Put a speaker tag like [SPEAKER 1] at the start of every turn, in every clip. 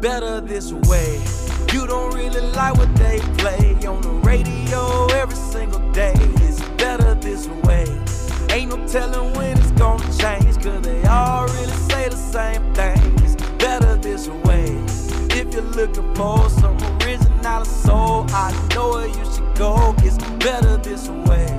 [SPEAKER 1] this way. You don't really like what they play on the radio every single day. It's better this way. Ain't no telling when it's gonna change, cause they all really say the same thing. It's better this way. If you're looking for some original soul, I know where you should go. It's better this way.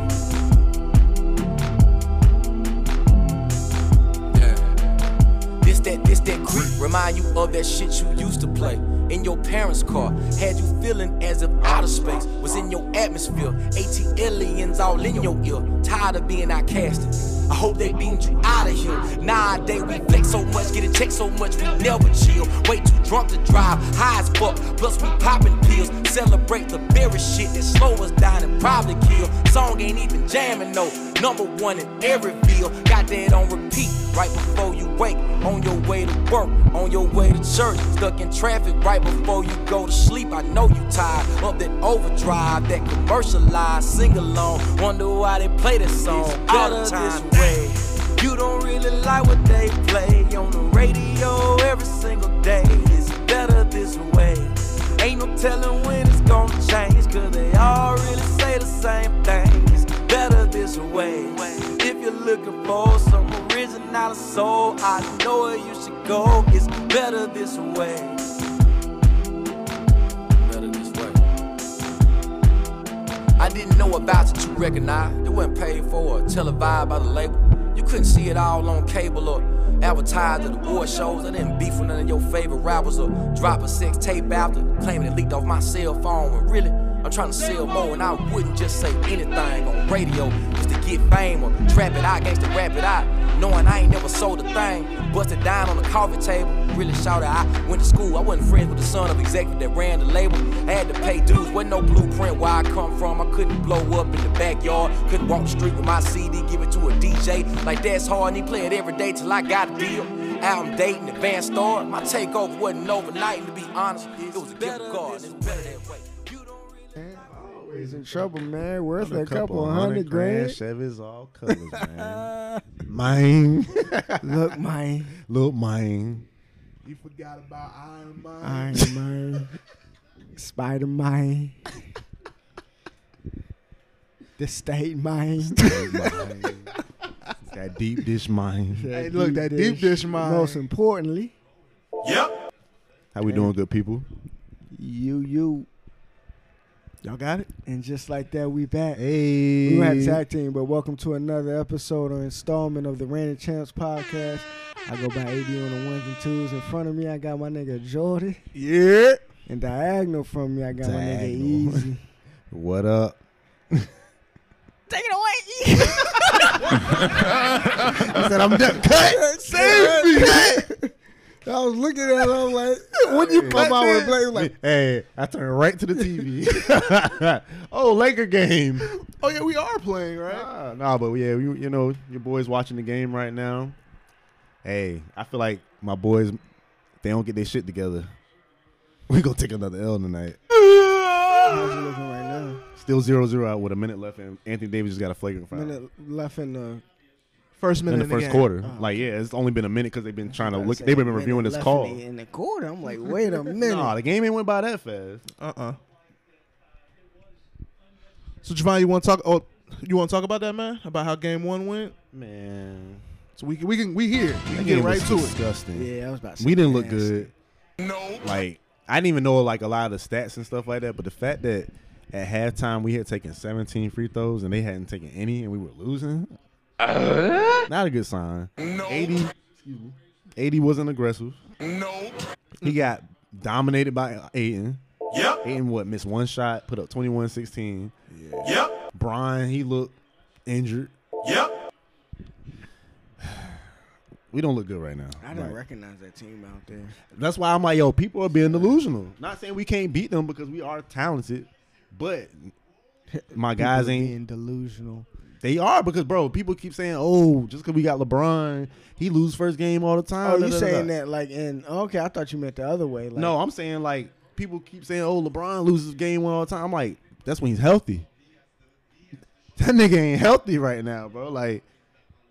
[SPEAKER 2] This that, this that creep. Remind you of that shit you used to play. In your parents' car, had you feeling as if outer space was in your atmosphere. AT aliens all in your ear, tired of being outcasted. I hope they beamed you out of here. Nowadays, we flex so much, get a check so much, we never chill. Way too drunk to drive, high as fuck. Plus, we popping pills. Celebrate the very shit that slow us down and probably kill. Song ain't even jamming, no. Number one in every field. Got that on repeat right before you wake. On your way to work, on your way to church. Stuck in traffic right before you go to sleep. I know you tired of that overdrive, that commercialized sing along. Wonder why they play that song all the
[SPEAKER 1] better this
[SPEAKER 2] time.
[SPEAKER 1] way. You don't really like what they play on the radio every single day. It's better this way. Ain't no telling when it's gonna change, cause they all really say the same thing. It's better this way. If you're looking for some original soul, I know where you should go. It's better this way.
[SPEAKER 2] Better this way. I didn't know about it you recognized. It wasn't paid for or televised by the label. You couldn't see it all on cable or advertised at award shows. I didn't beef with none of your favorite rappers or drop a sex tape after claiming it leaked off my cell phone. When really, I'm trying to sell more and I wouldn't just say anything on radio just to get fame or trap it out against the rap it out. Knowing I ain't never sold a thing, busted down on the coffee table. Really shouted, I went to school. I wasn't friends with the son of executive that ran the label. I had to pay dues, wasn't no blueprint where I come from. I couldn't blow up in the backyard, couldn't walk the street with my CD, give it to a DJ. Like that's hard, and he play it every day till I got a deal. Album date and advance star. My takeover wasn't overnight, and to be honest, it was a gift of God. and It was better that way. You don't really
[SPEAKER 3] Man, always in trouble, man. Worth
[SPEAKER 4] A
[SPEAKER 3] a couple hundred grand.
[SPEAKER 4] Chevys, all colors, man. mine,
[SPEAKER 5] Look, my
[SPEAKER 4] little mine.
[SPEAKER 6] You forgot about Iron Mine.
[SPEAKER 5] Iron Man, Spider Man, the State Man.
[SPEAKER 4] That deep dish mine.
[SPEAKER 6] Hey, look, that deep dish mine.
[SPEAKER 5] Most importantly,
[SPEAKER 4] How we doing, good people?
[SPEAKER 5] you, you,
[SPEAKER 6] Y'all got it?
[SPEAKER 5] and just like that, we back.
[SPEAKER 4] Hey,
[SPEAKER 5] We had tag team, but welcome to another episode or installment of the Random Champs podcast. I go by AD on the ones and twos. In front of me, I got my nigga Jordy.
[SPEAKER 6] Yeah.
[SPEAKER 5] And diagonal from me, I got my nigga
[SPEAKER 4] Diagonal.
[SPEAKER 5] Easy.
[SPEAKER 4] what up?
[SPEAKER 5] Take it away.
[SPEAKER 4] I said I'm done. Cut. Save me.
[SPEAKER 5] I was looking at it, I'm like, when you come out with play, like,
[SPEAKER 4] hey, I turned right to the TV. oh, Laker game.
[SPEAKER 6] Oh, yeah, we are playing, right?
[SPEAKER 4] Ah, nah, but yeah, you, you know, your boys watching the game right now. Hey, I feel like my boys, they don't get their shit together. We gonna take another L tonight.
[SPEAKER 5] how's it looking right now?
[SPEAKER 4] Still 0-0 out with a minute left, and Anthony Davis just got a flagrant foul
[SPEAKER 5] Minute left in the
[SPEAKER 6] First
[SPEAKER 4] in
[SPEAKER 6] minute
[SPEAKER 4] the
[SPEAKER 6] of
[SPEAKER 4] first
[SPEAKER 6] game.
[SPEAKER 4] quarter. like, yeah, it's only been a minute because they've been trying to look. They've been
[SPEAKER 5] Minute
[SPEAKER 4] reviewing this
[SPEAKER 5] left
[SPEAKER 4] call.
[SPEAKER 5] in the, in the quarter. I'm like, wait a minute.
[SPEAKER 4] Nah, the game ain't went by that fast.
[SPEAKER 6] Uh-uh. So, Javon, you want to talk? Oh, you want to talk about that, man? About how game one went?
[SPEAKER 4] Man,
[SPEAKER 6] So we can, we can, we here. We
[SPEAKER 4] that
[SPEAKER 6] can
[SPEAKER 4] game
[SPEAKER 6] get right
[SPEAKER 4] was
[SPEAKER 6] to it.
[SPEAKER 4] disgusting.
[SPEAKER 5] yeah, I was about to say
[SPEAKER 4] we didn't look
[SPEAKER 5] nasty.
[SPEAKER 4] good. No, like I didn't even know like a lot of the stats and stuff like that. But the fact that at halftime we had taken 17 free throws and they hadn't taken any, and we were losing, not a good sign. Uh-huh. No, 80, excuse me, 80 wasn't aggressive. No, he got dominated by Aiden. Yep. Aiden what missed one shot, put up 21-16. Yep. Brian he looked injured. Yep. We don't look good right now.
[SPEAKER 5] I didn't
[SPEAKER 4] Like,
[SPEAKER 5] recognize that team out there.
[SPEAKER 4] that's why I'm like, yo, people are being delusional. Not saying we can't beat them because we are talented, but my guys
[SPEAKER 5] People
[SPEAKER 4] ain't.
[SPEAKER 5] being delusional.
[SPEAKER 4] They are because, bro, people keep saying, oh, just because we got LeBron, he lose first game all the time.
[SPEAKER 5] Oh,
[SPEAKER 4] da,
[SPEAKER 5] you
[SPEAKER 4] da, da,
[SPEAKER 5] saying
[SPEAKER 4] da.
[SPEAKER 5] that like in? Okay, I thought you meant the other way. Like,
[SPEAKER 4] No, I'm saying like people keep saying, oh, LeBron loses game one all the time. I'm like, that's when he's healthy. That nigga ain't healthy right now, bro. Like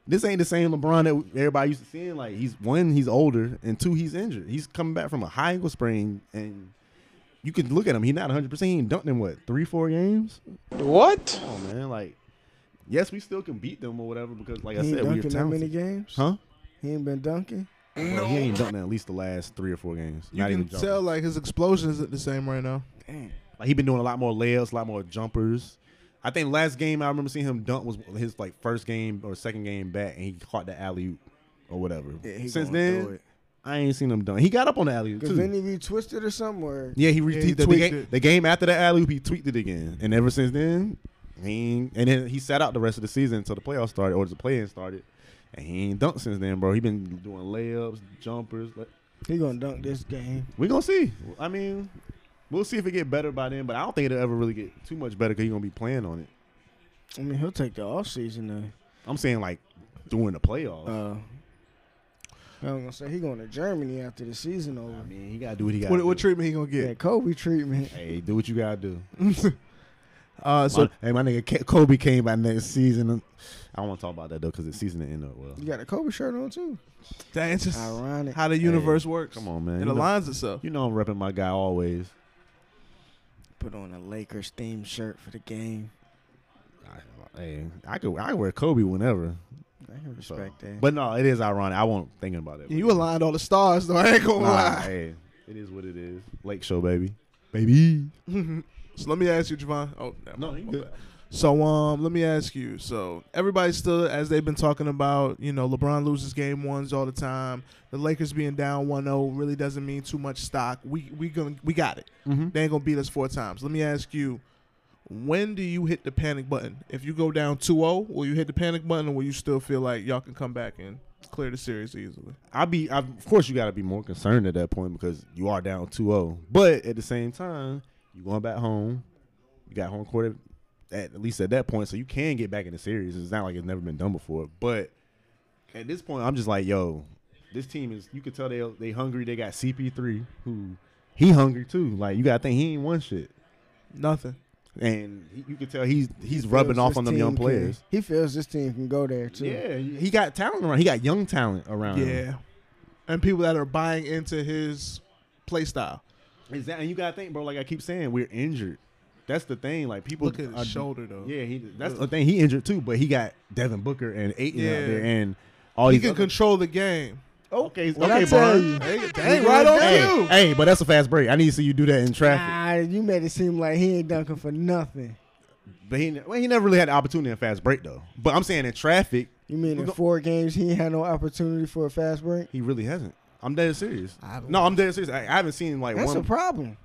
[SPEAKER 4] This ain't the same LeBron that everybody used to seeing. Like he's one, he's older, and two, he's injured. He's coming back from a high ankle sprain, and you can look at him. He's not 100. percent He ain't dunked in what three, four games.
[SPEAKER 7] What?
[SPEAKER 4] Come on, man. Like, yes, we still can beat them or whatever because, like
[SPEAKER 5] he
[SPEAKER 4] I
[SPEAKER 5] ain't
[SPEAKER 4] said, we're
[SPEAKER 5] dunking that
[SPEAKER 4] talented.
[SPEAKER 5] many games.
[SPEAKER 4] Huh?
[SPEAKER 5] He ain't been dunking.
[SPEAKER 4] Well, he ain't dunked in at least the last three or four games.
[SPEAKER 6] You
[SPEAKER 4] not
[SPEAKER 6] can
[SPEAKER 4] even jumping.
[SPEAKER 6] tell like his explosion isn't the same right now.
[SPEAKER 4] Like he been doing a lot more layups, a lot more jumpers. I think last game I remember seeing him dunk was his like first game or second game back, and he caught the alley oop or whatever.
[SPEAKER 5] Yeah, he
[SPEAKER 4] Since
[SPEAKER 5] gonna
[SPEAKER 4] then,
[SPEAKER 5] throw it.
[SPEAKER 4] I ain't seen him dunk. He got up on the alley oop
[SPEAKER 5] Cause
[SPEAKER 4] too.
[SPEAKER 5] then if you twisted or somewhere,
[SPEAKER 4] yeah, he, re-
[SPEAKER 6] Yeah,
[SPEAKER 4] he-
[SPEAKER 6] he
[SPEAKER 4] the, the
[SPEAKER 6] tweaked
[SPEAKER 4] game,
[SPEAKER 6] it.
[SPEAKER 4] the game after the alley oop, he tweaked it again, and ever since then, he ain't, and then he sat out the rest of the season until the playoffs started or the play-in started, and he ain't dunked since then, bro. He been doing layups, jumpers. like-
[SPEAKER 5] he gonna dunk this game.
[SPEAKER 4] we gonna see. I mean, we'll see if it get better by then, but I don't think it'll ever really get too much better because he's gonna be playing on it.
[SPEAKER 5] I mean, he'll take the off season.
[SPEAKER 4] I'm saying like during the playoffs.
[SPEAKER 5] Uh, uh, I was gonna say he going to Germany after the season over.
[SPEAKER 4] I mean, he gotta do what he gotta.
[SPEAKER 6] What, what
[SPEAKER 4] do.
[SPEAKER 6] treatment he gonna
[SPEAKER 5] yeah.
[SPEAKER 6] get?
[SPEAKER 5] Kobe treatment.
[SPEAKER 4] Hey, do what you gotta do.
[SPEAKER 6] Uh, so
[SPEAKER 4] My- hey, my nigga Ke- Kobe came by next season. I don't want to talk about that though, because the season didn't end up well.
[SPEAKER 5] You got a Kobe shirt on too.
[SPEAKER 6] that's just
[SPEAKER 5] Ironic.
[SPEAKER 6] how the universe works.
[SPEAKER 4] Come on, man.
[SPEAKER 6] it
[SPEAKER 4] You know,
[SPEAKER 6] aligns itself.
[SPEAKER 4] you know I'm repping my guy always.
[SPEAKER 5] Put on a Lakers themed shirt for the game.
[SPEAKER 4] I, hey, I could I could wear Kobe whenever.
[SPEAKER 5] I can
[SPEAKER 4] so.
[SPEAKER 5] respect that.
[SPEAKER 4] But no, it is ironic. I won't thinking about it.
[SPEAKER 6] Yeah, you aligned all the stars though. I ain't gonna
[SPEAKER 4] Nah,
[SPEAKER 6] lie.
[SPEAKER 4] hey, it is what it is. Lake show, baby, baby.
[SPEAKER 6] So let me ask you, Javon. Oh, never
[SPEAKER 4] No,
[SPEAKER 6] mind.
[SPEAKER 4] you
[SPEAKER 6] My
[SPEAKER 4] good.
[SPEAKER 6] bad. So um, let me ask you. So everybody's still, as they've been talking about, you know, LeBron loses game ones all the time. The Lakers being down 1-0 really doesn't mean too much stock. We we gonna we got it.
[SPEAKER 4] Mhm.
[SPEAKER 6] They ain't gonna beat us four times. Let me ask you, when do you hit the panic button? If you go down 2-0, will you hit the panic button, or will you still feel like y'all can come back and clear the series easily?
[SPEAKER 4] I'll be, I, of course, you got to be more concerned at that point because you are down 2 0. But at the same time, you going back home. You got home court at, at least at that point, so you can get back in the series. It's not like it's never been done before. But at this point, I'm just like, yo, this team is, you could tell they they hungry. They got CP3, who he hungry too. Like, you got to think he ain't won shit.
[SPEAKER 6] Nothing.
[SPEAKER 4] And he, you could tell he's he's rubbing off on them young players.
[SPEAKER 5] he feels this team can go there too.
[SPEAKER 4] Yeah, he got talent around. He got young talent around. him.
[SPEAKER 6] Yeah, and people that are buying into his play style.
[SPEAKER 4] Exactly. And you gotta think, bro. Like I keep saying, we're injured. That's the thing. Like people
[SPEAKER 6] Look at his
[SPEAKER 4] are-
[SPEAKER 6] shoulder though.
[SPEAKER 4] Yeah, he. That's the thing. He injured too, but he got Devin Booker and Aiton out
[SPEAKER 6] Yeah.
[SPEAKER 4] there, and all
[SPEAKER 6] he
[SPEAKER 4] these
[SPEAKER 6] can
[SPEAKER 4] Oh, other- Oh,
[SPEAKER 6] control the game.
[SPEAKER 4] Okay,
[SPEAKER 5] What
[SPEAKER 4] okay,
[SPEAKER 5] I tell
[SPEAKER 4] Bron.
[SPEAKER 5] you,
[SPEAKER 6] Hey,
[SPEAKER 5] dang, right on
[SPEAKER 4] Hey,
[SPEAKER 6] you.
[SPEAKER 4] hey, but that's a fast break. I need to see you do that in traffic.
[SPEAKER 5] ah, you made it seem like he ain't dunking for nothing.
[SPEAKER 4] But he, well, he never really had the opportunity in fast break though. But I'm saying in traffic,
[SPEAKER 5] You mean
[SPEAKER 4] We
[SPEAKER 5] in
[SPEAKER 4] go-
[SPEAKER 5] four games he ain't had no opportunity for a fast break?
[SPEAKER 4] he really hasn't. I'm dead serious. No, I'm dead serious. I, I haven't seen like
[SPEAKER 5] That's
[SPEAKER 4] one.
[SPEAKER 5] a problem.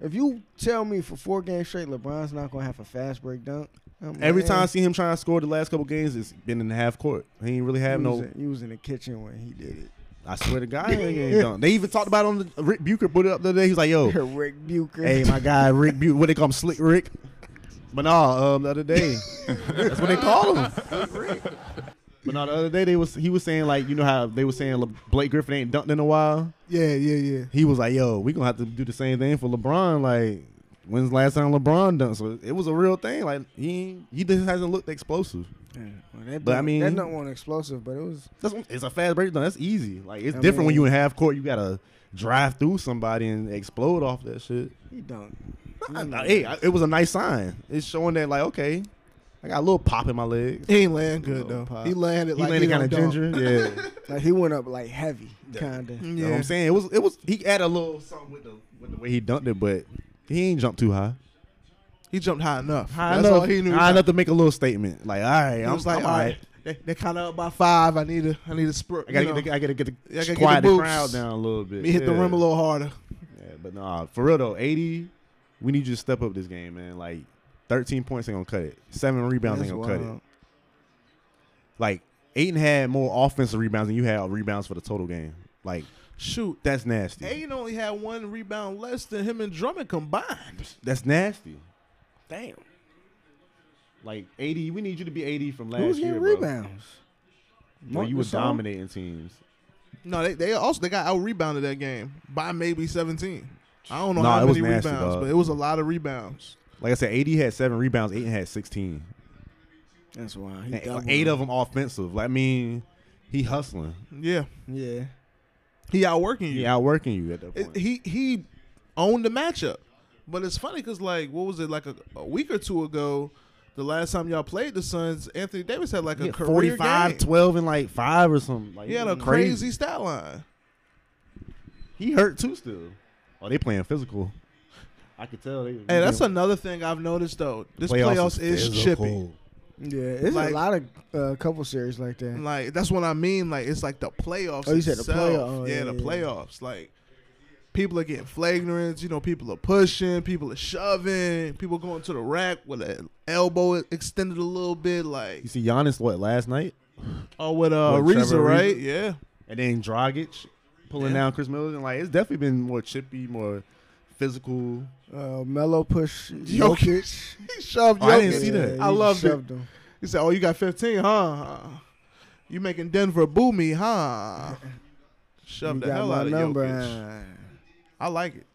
[SPEAKER 5] If you tell me for four games straight LeBron's not gonna have a fast break dunk, I'm
[SPEAKER 4] Every
[SPEAKER 5] like,
[SPEAKER 4] time I
[SPEAKER 5] eh,
[SPEAKER 4] see him trying to score the last couple games, it's been in the half court. He ain't really
[SPEAKER 5] he
[SPEAKER 4] have
[SPEAKER 5] was,
[SPEAKER 4] no.
[SPEAKER 5] in, he was in the kitchen when he did it.
[SPEAKER 4] I swear to God, they ain't done. They even talked about it on the Rick Bucher put it up the other day. He's like, "Yo,
[SPEAKER 5] Rick Bucher.
[SPEAKER 4] hey, my guy Rick Bucher, what they call him, Slick Rick." But nah, um, the other day, that's what they call him. Slick Rick. But nah, the other day they was he was saying like, you know how they was saying Le- Blake Griffin ain't dunked in a while.
[SPEAKER 6] Yeah, yeah, yeah.
[SPEAKER 4] He was like, "Yo, we gonna have to do the same thing for LeBron." Like, when's the last time LeBron dunked? So it was a real thing. Like he he just hasn't looked explosive.
[SPEAKER 5] Yeah, well, that
[SPEAKER 4] But I
[SPEAKER 5] dunk-
[SPEAKER 4] mean-
[SPEAKER 5] that not one explosive, but it was
[SPEAKER 4] That's it's a fast break. though. That's easy. Like it's
[SPEAKER 5] I
[SPEAKER 4] different when
[SPEAKER 5] mean-
[SPEAKER 4] you in half court. You gotta drive through somebody and explode off that shit.
[SPEAKER 5] he dunked.
[SPEAKER 4] I- I- hey, I- it was a nice sign. It's showing that like okay, I got a little pop in my legs.
[SPEAKER 6] He ain't land good
[SPEAKER 4] Little
[SPEAKER 6] though.
[SPEAKER 4] pop.
[SPEAKER 6] He landed
[SPEAKER 4] He
[SPEAKER 6] like
[SPEAKER 4] landed
[SPEAKER 6] he
[SPEAKER 4] kind
[SPEAKER 6] kind
[SPEAKER 4] of ginger. Yeah,
[SPEAKER 5] Like he went up like heavy, kinda.
[SPEAKER 4] you know what I'm saying. It was it was he added a little something with the with the way he dunked it, but he ain't jumped too high.
[SPEAKER 6] He jumped high enough.
[SPEAKER 4] High
[SPEAKER 6] That's
[SPEAKER 4] enough,
[SPEAKER 6] all he knew.
[SPEAKER 4] high enough to make a little statement. Like all right,
[SPEAKER 6] He
[SPEAKER 4] I'm
[SPEAKER 6] was like,
[SPEAKER 4] I'm
[SPEAKER 6] all right, they, they kind of up by five. I need to, I need to spur.
[SPEAKER 4] I gotta,
[SPEAKER 6] you know,
[SPEAKER 4] get the, I gotta get the
[SPEAKER 6] I gotta get
[SPEAKER 4] quiet
[SPEAKER 6] the
[SPEAKER 4] the
[SPEAKER 6] boots.
[SPEAKER 4] crowd down a little bit.
[SPEAKER 6] me hit the
[SPEAKER 4] Yeah.
[SPEAKER 6] rim a little harder.
[SPEAKER 4] Yeah, but nah, for real though, 80, we need you to step up this game, man. Like, 13 points ain't gonna cut it. Seven rebounds ain't
[SPEAKER 5] That's
[SPEAKER 4] gonna cut
[SPEAKER 5] wild.
[SPEAKER 4] it. Like, Aiden had more offensive rebounds than you had rebounds for the total game. Like,
[SPEAKER 6] Shoot,
[SPEAKER 4] that's nasty.
[SPEAKER 6] Aiden only had one rebound less than him and Drummond combined.
[SPEAKER 4] That's nasty.
[SPEAKER 5] Damn.
[SPEAKER 4] Like, 80, we need you to be 80 from last
[SPEAKER 5] Who was
[SPEAKER 4] year.
[SPEAKER 5] getting
[SPEAKER 4] bro.
[SPEAKER 5] rebounds?
[SPEAKER 4] Bro, you were
[SPEAKER 5] Marcus Gasol?
[SPEAKER 4] dominating teams.
[SPEAKER 6] No, they, they also they got out rebounded that game by maybe seventeen. I don't know
[SPEAKER 4] Nah,
[SPEAKER 6] how
[SPEAKER 4] it was
[SPEAKER 6] many
[SPEAKER 4] nasty,
[SPEAKER 6] rebounds,
[SPEAKER 4] dog.
[SPEAKER 6] but it was a lot of rebounds.
[SPEAKER 4] Like I said, 80 had seven rebounds, Aiden had 16.
[SPEAKER 5] That's why.
[SPEAKER 4] And, like, eight of them offensive. Like, I mean, he hustling.
[SPEAKER 6] Yeah,
[SPEAKER 5] Yeah.
[SPEAKER 6] he outworking you.
[SPEAKER 4] He outworking you at that point.
[SPEAKER 6] It- he he owned the matchup. But it's funny because like what was it like a, a week or two ago, the last time y'all played the Suns, Anthony Davis had like
[SPEAKER 4] He
[SPEAKER 6] a
[SPEAKER 4] had
[SPEAKER 6] career
[SPEAKER 4] 45,
[SPEAKER 6] game.
[SPEAKER 4] 12, and like five or something. Like,
[SPEAKER 6] He had a
[SPEAKER 4] crazy.
[SPEAKER 6] crazy stat line.
[SPEAKER 4] He hurt too still. Oh, they playing physical. I could tell. They,
[SPEAKER 6] Hey, that's another thing I've noticed though. This playoffs, is chippy.
[SPEAKER 5] Yeah. It's
[SPEAKER 6] Like-
[SPEAKER 5] a lot of uh, couple series like that.
[SPEAKER 6] Like that's what I mean. Like it's like the playoffs.
[SPEAKER 5] Oh, you said the
[SPEAKER 6] itself.
[SPEAKER 5] playoff- oh,
[SPEAKER 6] yeah,
[SPEAKER 5] yeah,
[SPEAKER 6] the
[SPEAKER 5] yeah.
[SPEAKER 6] playoffs. Like people are getting flagrants. You know, people are pushing, people are shoving, people going to the rack with an elbow extended a little bit. Like
[SPEAKER 4] You see Giannis what last night,
[SPEAKER 6] oh, with uh,
[SPEAKER 4] With
[SPEAKER 6] Reza,
[SPEAKER 4] Trevor
[SPEAKER 6] right?
[SPEAKER 4] Ariza?
[SPEAKER 6] Yeah.
[SPEAKER 4] and then Dragic pulling
[SPEAKER 6] Yeah.
[SPEAKER 4] down Chris Middleton. Like it's definitely been more chippy, more physical.
[SPEAKER 5] Uh, Melo push Jokic.
[SPEAKER 6] He shoved
[SPEAKER 4] Oh, I didn't
[SPEAKER 6] Jokic.
[SPEAKER 4] see that.
[SPEAKER 6] I
[SPEAKER 5] he
[SPEAKER 6] loved it.
[SPEAKER 5] shoved him.
[SPEAKER 6] He said, "Oh, you got 15, huh? You making Denver boo me, huh?"
[SPEAKER 5] You
[SPEAKER 6] Shove the
[SPEAKER 5] got
[SPEAKER 6] hell
[SPEAKER 5] my
[SPEAKER 6] out of
[SPEAKER 5] number.
[SPEAKER 6] Jokic. I like it,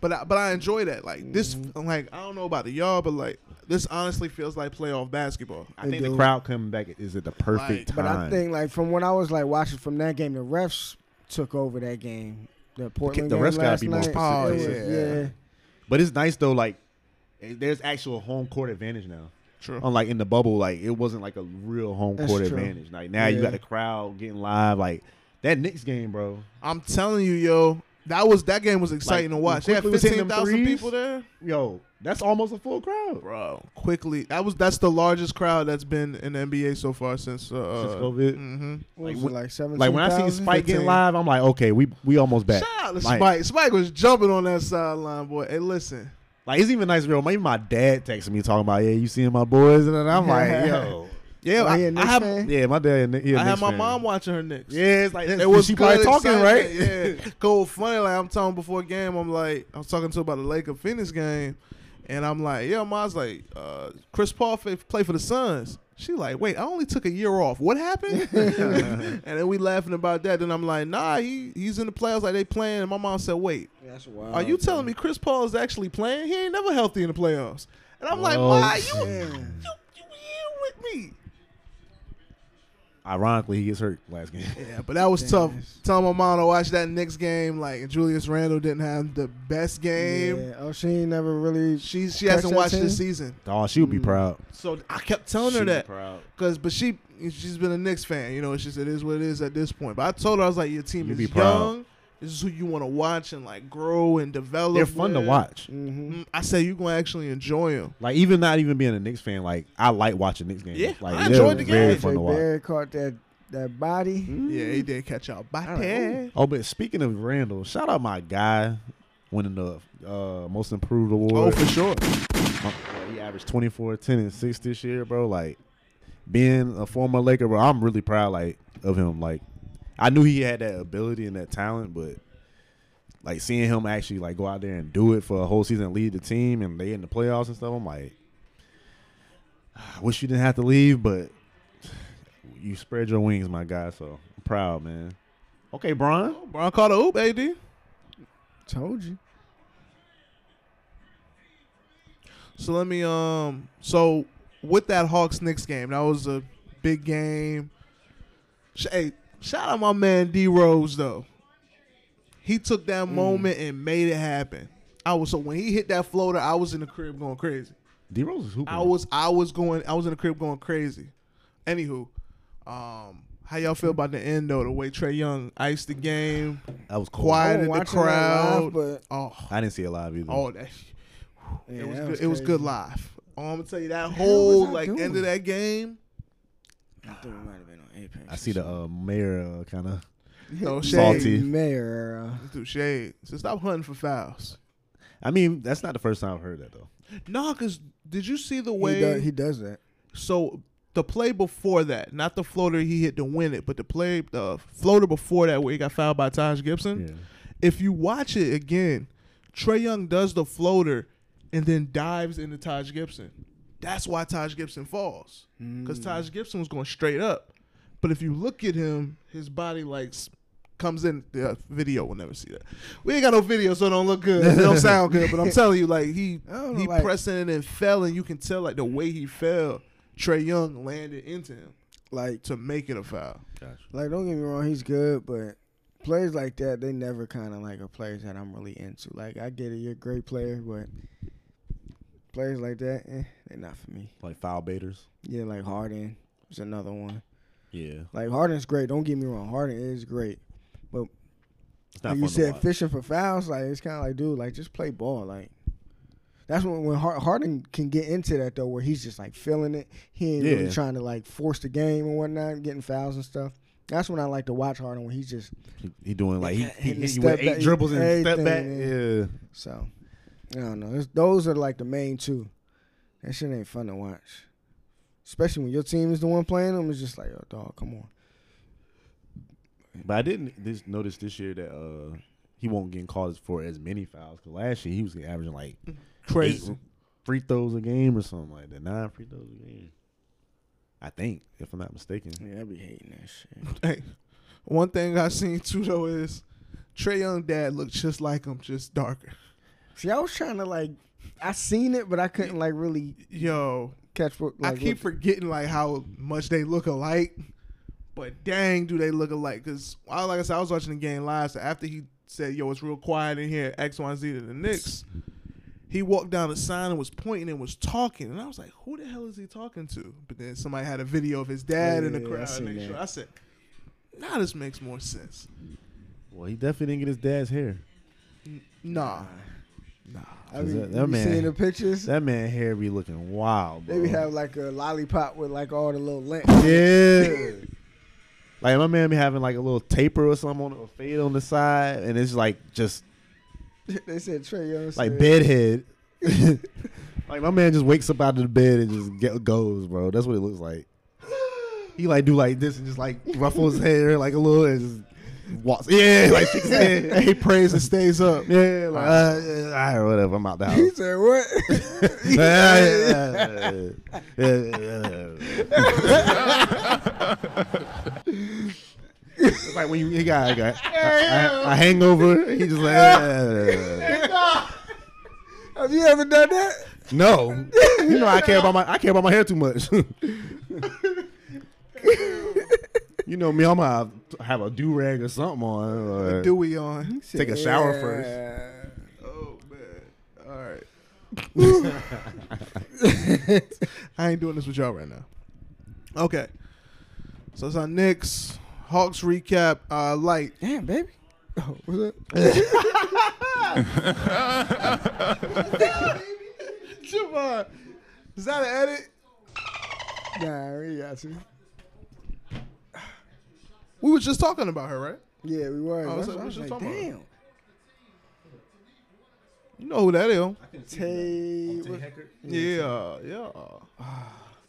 [SPEAKER 6] but I, but I enjoy that. Like this,
[SPEAKER 4] Mm-hmm.
[SPEAKER 6] like I don't know about the y'all, but like this honestly feels like playoff basketball.
[SPEAKER 4] I
[SPEAKER 5] They
[SPEAKER 4] think the
[SPEAKER 5] do.
[SPEAKER 4] crowd coming back is at the perfect time.
[SPEAKER 6] Like,
[SPEAKER 5] But I think like from when I was like watching from that game, the refs took over that game. The Portland
[SPEAKER 4] the
[SPEAKER 5] game
[SPEAKER 4] refs gotta
[SPEAKER 5] last
[SPEAKER 4] be more
[SPEAKER 5] night.
[SPEAKER 6] Oh,
[SPEAKER 5] it was-
[SPEAKER 6] yeah.
[SPEAKER 5] yeah.
[SPEAKER 4] But it's nice though. Like it- there's actual home court advantage now.
[SPEAKER 6] True.
[SPEAKER 4] Unlike in the bubble, like it wasn't like a real home
[SPEAKER 5] That's
[SPEAKER 4] court
[SPEAKER 5] true.
[SPEAKER 4] advantage. Like now you
[SPEAKER 5] Yeah.
[SPEAKER 4] got the crowd getting live. Like that Knicks game, bro.
[SPEAKER 6] I'm telling you, yo, that was that game was exciting
[SPEAKER 4] Like,
[SPEAKER 6] to watch. They had
[SPEAKER 4] quickly was hitting them
[SPEAKER 6] 15,000
[SPEAKER 4] threes.
[SPEAKER 6] people there,
[SPEAKER 4] Yo, that's almost a full crowd.
[SPEAKER 6] bro. Quickly, that was that's the largest crowd that's been in the NBA so far since uh,
[SPEAKER 4] Since COVID?
[SPEAKER 6] hmm
[SPEAKER 5] What was
[SPEAKER 4] Like,
[SPEAKER 5] it, like seventeen.
[SPEAKER 4] Like when I see Spike getting
[SPEAKER 5] 15?
[SPEAKER 4] live, I'm like, okay, we we almost back.
[SPEAKER 6] Shout out to
[SPEAKER 4] Like-
[SPEAKER 6] Spike. Spike was jumping on that sideline, boy. Hey, listen.
[SPEAKER 4] Like it's even nice, real. Maybe my dad texted me talking about, yeah, you seeing my boys, and then I'm like, yo,
[SPEAKER 6] Yeah,
[SPEAKER 5] Oh,
[SPEAKER 6] I,
[SPEAKER 5] he a
[SPEAKER 6] I
[SPEAKER 5] Knicks
[SPEAKER 6] have.
[SPEAKER 5] fan?
[SPEAKER 4] yeah, my dad. He a
[SPEAKER 6] I had
[SPEAKER 4] Knicks
[SPEAKER 6] my
[SPEAKER 4] fan.
[SPEAKER 6] mom watching her Knicks.
[SPEAKER 4] Yeah, it's like
[SPEAKER 6] It was
[SPEAKER 4] she probably
[SPEAKER 6] good
[SPEAKER 4] talking right.
[SPEAKER 6] excitement, Yeah, cool, funny. Like I'm talking before game, I'm like, I was talking to her about the Lake of Phoenix game, and I'm like, yeah, mom's like, uh, Chris Paul fa- play for the Suns. She like, wait, I only took a year off. What happened? and then we laughing about that. Then I'm like, nah, he he's in the playoffs. Like they playing. And my mom said, wait,
[SPEAKER 5] That's wild.
[SPEAKER 6] are you telling me Chris Paul is actually playing? He ain't never healthy in the playoffs. And I'm like,
[SPEAKER 4] Oh,
[SPEAKER 6] why you you
[SPEAKER 4] shit.
[SPEAKER 6] you here with me?
[SPEAKER 4] Ironically, he gets hurt last game.
[SPEAKER 6] Yeah, but that was tough. Telling my mom to watch that Knicks game, like Julius Randle didn't have the best game.
[SPEAKER 5] Yeah. Oh, she ain't never really.
[SPEAKER 6] She she
[SPEAKER 5] Catch
[SPEAKER 6] hasn't
[SPEAKER 5] that
[SPEAKER 6] watched this
[SPEAKER 5] team?
[SPEAKER 6] season,
[SPEAKER 4] Oh, she would be proud.
[SPEAKER 6] so I kept telling
[SPEAKER 4] She
[SPEAKER 6] her
[SPEAKER 4] would be
[SPEAKER 6] Mm. that
[SPEAKER 4] proud.
[SPEAKER 6] because, but she she's been a Knicks fan, you know. It's just it is what it is at this point. But I told her I was like, your team
[SPEAKER 4] You
[SPEAKER 6] is
[SPEAKER 4] be proud.
[SPEAKER 6] young. This is who you want to watch and like grow and develop.
[SPEAKER 4] They're fun to
[SPEAKER 6] with."
[SPEAKER 4] watch.
[SPEAKER 5] Mm-hmm.
[SPEAKER 6] Mm, I say you gonna actually enjoy them.
[SPEAKER 4] Like even not even being a Knicks fan, like I like watching Knicks games.
[SPEAKER 6] Yeah,
[SPEAKER 4] like
[SPEAKER 6] I
[SPEAKER 4] they're
[SPEAKER 6] enjoyed the
[SPEAKER 4] very
[SPEAKER 6] game.
[SPEAKER 4] fun to watch.
[SPEAKER 5] Barry caught that that body.
[SPEAKER 6] Yeah, he did catch out. Bye.
[SPEAKER 4] Oh, but speaking of Randall, shout out my guy winning the uh, most improved
[SPEAKER 6] Oh,
[SPEAKER 4] award.
[SPEAKER 6] for sure.
[SPEAKER 4] He averaged 24, 10, and 6 this year, bro. Like, being a former Laker, bro, I'm really proud, like, of him. Like, I knew he had that ability and that talent, but, like, seeing him actually, like, go out there and do it for a whole season, lead the team, and they in the playoffs and stuff, I'm like, "Ah, I wish you didn't have to leave, but you spread your wings, my guy, so I'm proud, man. Okay, Brian.
[SPEAKER 6] Bron caught a oop, AD.
[SPEAKER 5] Told you.
[SPEAKER 6] So let me um so with that Hawks Knicks game, that was a big game. Sh- Hey, shout out my man D Rose though. He took
[SPEAKER 5] Mm.
[SPEAKER 6] that moment and made it happen. I was so when he hit that floater, I was in the crib going crazy.
[SPEAKER 4] D Rose is hooping.
[SPEAKER 5] Mm.
[SPEAKER 6] I was I was going I was in the crib going crazy. Anywho, um how y'all feel about the end though? The way Trey Young iced the game,
[SPEAKER 4] that was cool.
[SPEAKER 5] I
[SPEAKER 6] quieted
[SPEAKER 5] wasn't
[SPEAKER 6] the
[SPEAKER 5] Oh, watching that
[SPEAKER 6] crowd.
[SPEAKER 5] live, but
[SPEAKER 6] oh,
[SPEAKER 4] I didn't see it live either.
[SPEAKER 6] oh, that
[SPEAKER 5] yeah,
[SPEAKER 6] it was,
[SPEAKER 5] that
[SPEAKER 6] good. It was
[SPEAKER 5] crazy.
[SPEAKER 6] good live. Oh, I'm gonna tell you that
[SPEAKER 5] hell was
[SPEAKER 6] whole
[SPEAKER 5] I
[SPEAKER 6] like end of
[SPEAKER 5] doing?
[SPEAKER 6] that game.
[SPEAKER 5] I think it might have been on Apex.
[SPEAKER 4] I see the uh, mayor uh, kind of.
[SPEAKER 6] No
[SPEAKER 4] Salty.
[SPEAKER 6] shade.
[SPEAKER 5] Mayor. uh,
[SPEAKER 6] Dude, shade. So stop hunting for fouls.
[SPEAKER 4] I mean, that's not the first time I've heard that though.
[SPEAKER 6] No, cause did you see the
[SPEAKER 5] He
[SPEAKER 6] way?
[SPEAKER 5] does, he does that.
[SPEAKER 6] so the play before that, not the floater he hit to win it, but the play, the floater before that where he got fouled by Taj Gibson.
[SPEAKER 4] Yeah.
[SPEAKER 6] If you watch it again, Trey Young does the floater and then dives into Taj Gibson. That's why Taj Gibson falls. Because Taj Gibson was going straight up. But if you look at him, his body like s- comes in the video will never see that. We ain't got no video, so it don't look good. It don't sound good. But I'm telling you, like he
[SPEAKER 5] I don't know,
[SPEAKER 6] he
[SPEAKER 5] like-
[SPEAKER 6] pressing it and fell, and you can tell like the way he fell. Trey Young landed into him
[SPEAKER 5] Like,
[SPEAKER 6] to make it a foul.
[SPEAKER 5] like don't get me wrong, he's good, but plays like that, they never kind of like a players that I'm really into. Like, I get it, you're a great player, but players like that, eh, they're not for me.
[SPEAKER 4] Like foul baiters.
[SPEAKER 5] Yeah, like Harden is another one.
[SPEAKER 4] Yeah,
[SPEAKER 5] Like Harden's great. Don't get me wrong, Harden is great.
[SPEAKER 4] it's not
[SPEAKER 5] Like
[SPEAKER 4] fun
[SPEAKER 5] you
[SPEAKER 4] to
[SPEAKER 5] said
[SPEAKER 4] watch.
[SPEAKER 5] fishing for fouls, like it's kind of like, dude, like just play ball, like. That's when when Har- Harden can get into that though, where he's just like feeling it. He ain't
[SPEAKER 4] Yeah.
[SPEAKER 5] really trying to like force the game and whatnot, getting fouls and stuff. That's when I like to watch Harden when he's just
[SPEAKER 4] He, he doing like he,
[SPEAKER 5] And
[SPEAKER 4] he,
[SPEAKER 5] the
[SPEAKER 4] he
[SPEAKER 5] step
[SPEAKER 4] went eight
[SPEAKER 5] back,
[SPEAKER 4] dribbles and step back.
[SPEAKER 5] everything,
[SPEAKER 4] Yeah,
[SPEAKER 5] so. I don't know. It's, those are like the main two. That shit ain't fun to watch, especially when your team is the one playing them. It's just like, oh dog, come on.
[SPEAKER 4] but I didn't this, notice this year that uh he won't get called for as many fouls. Cause last year he was averaging like
[SPEAKER 6] Crazy.
[SPEAKER 4] eight free throws a game or something like that. Nine free throws a game. I think, if I'm not mistaken.
[SPEAKER 5] Yeah, I be hating that shit.
[SPEAKER 6] Hey, one thing I seen too though is Trey Young dad looked just like him, just darker.
[SPEAKER 5] See, I was trying to like, I seen it, but I couldn't like really
[SPEAKER 6] Yo,
[SPEAKER 5] catch what. Like,
[SPEAKER 6] I keep forgetting like how much they look alike, but dang, do they look alike? Because I like I said, I was watching the game live. So after he said, "Yo, it's real quiet in here," X, Y, and Z to the Knicks, he walked down the sign and was pointing and was talking, and I was like, "Who the hell is he talking to?" But then somebody had a video of his dad in the
[SPEAKER 5] Yeah, I
[SPEAKER 6] crowd.
[SPEAKER 5] seen
[SPEAKER 6] and they
[SPEAKER 5] that.
[SPEAKER 6] showed- I said, "Now this makes more sense."
[SPEAKER 4] Well, he definitely didn't get his dad's hair.
[SPEAKER 6] Nah,
[SPEAKER 5] I mean,
[SPEAKER 4] That- that
[SPEAKER 5] you
[SPEAKER 4] man-
[SPEAKER 5] seeing the pictures?
[SPEAKER 4] That man hair be looking wild, bro.
[SPEAKER 5] They be have like a lollipop with like all the little lint.
[SPEAKER 4] yeah. like my man be having like a little taper or something on a fade on the side, and it's like just
[SPEAKER 5] they said Trey Young.
[SPEAKER 4] like
[SPEAKER 5] said,
[SPEAKER 4] bedhead. like my man just wakes up out of the bed and just get, goes, bro. That's what it looks like. He like do like this and just like ruffles his hair like a little and just walks. Yeah, like shakes his head.
[SPEAKER 6] he prays and stays up.
[SPEAKER 4] Yeah, like uh, yeah, all right, whatever. I'm out the
[SPEAKER 5] He
[SPEAKER 4] house.
[SPEAKER 5] said what?
[SPEAKER 4] it's like when you, you got like a, a, a hangover. and He just like uh,
[SPEAKER 5] have you ever done that?
[SPEAKER 4] no. You know I care about my I care about my hair too much. you know me. I'm gonna have a do rag or something on. Or
[SPEAKER 6] Do we on?
[SPEAKER 4] take a shower first.
[SPEAKER 6] Oh man! All right. I ain't doing this with y'all right now. Okay. So it's our Knicks Hawks recap. Uh, light.
[SPEAKER 5] Damn, baby. Oh, what's up?
[SPEAKER 6] Javon, is that an edit?
[SPEAKER 5] Nah, we got you.
[SPEAKER 6] We was just talking about her, right?
[SPEAKER 5] Yeah, we were.
[SPEAKER 6] Oh,
[SPEAKER 5] That's
[SPEAKER 6] so
[SPEAKER 5] what I
[SPEAKER 6] what
[SPEAKER 5] was
[SPEAKER 6] you
[SPEAKER 5] like,
[SPEAKER 6] talking about?
[SPEAKER 5] damn.
[SPEAKER 6] You know who that is?
[SPEAKER 5] Tay, what-
[SPEAKER 6] Yeah, yeah.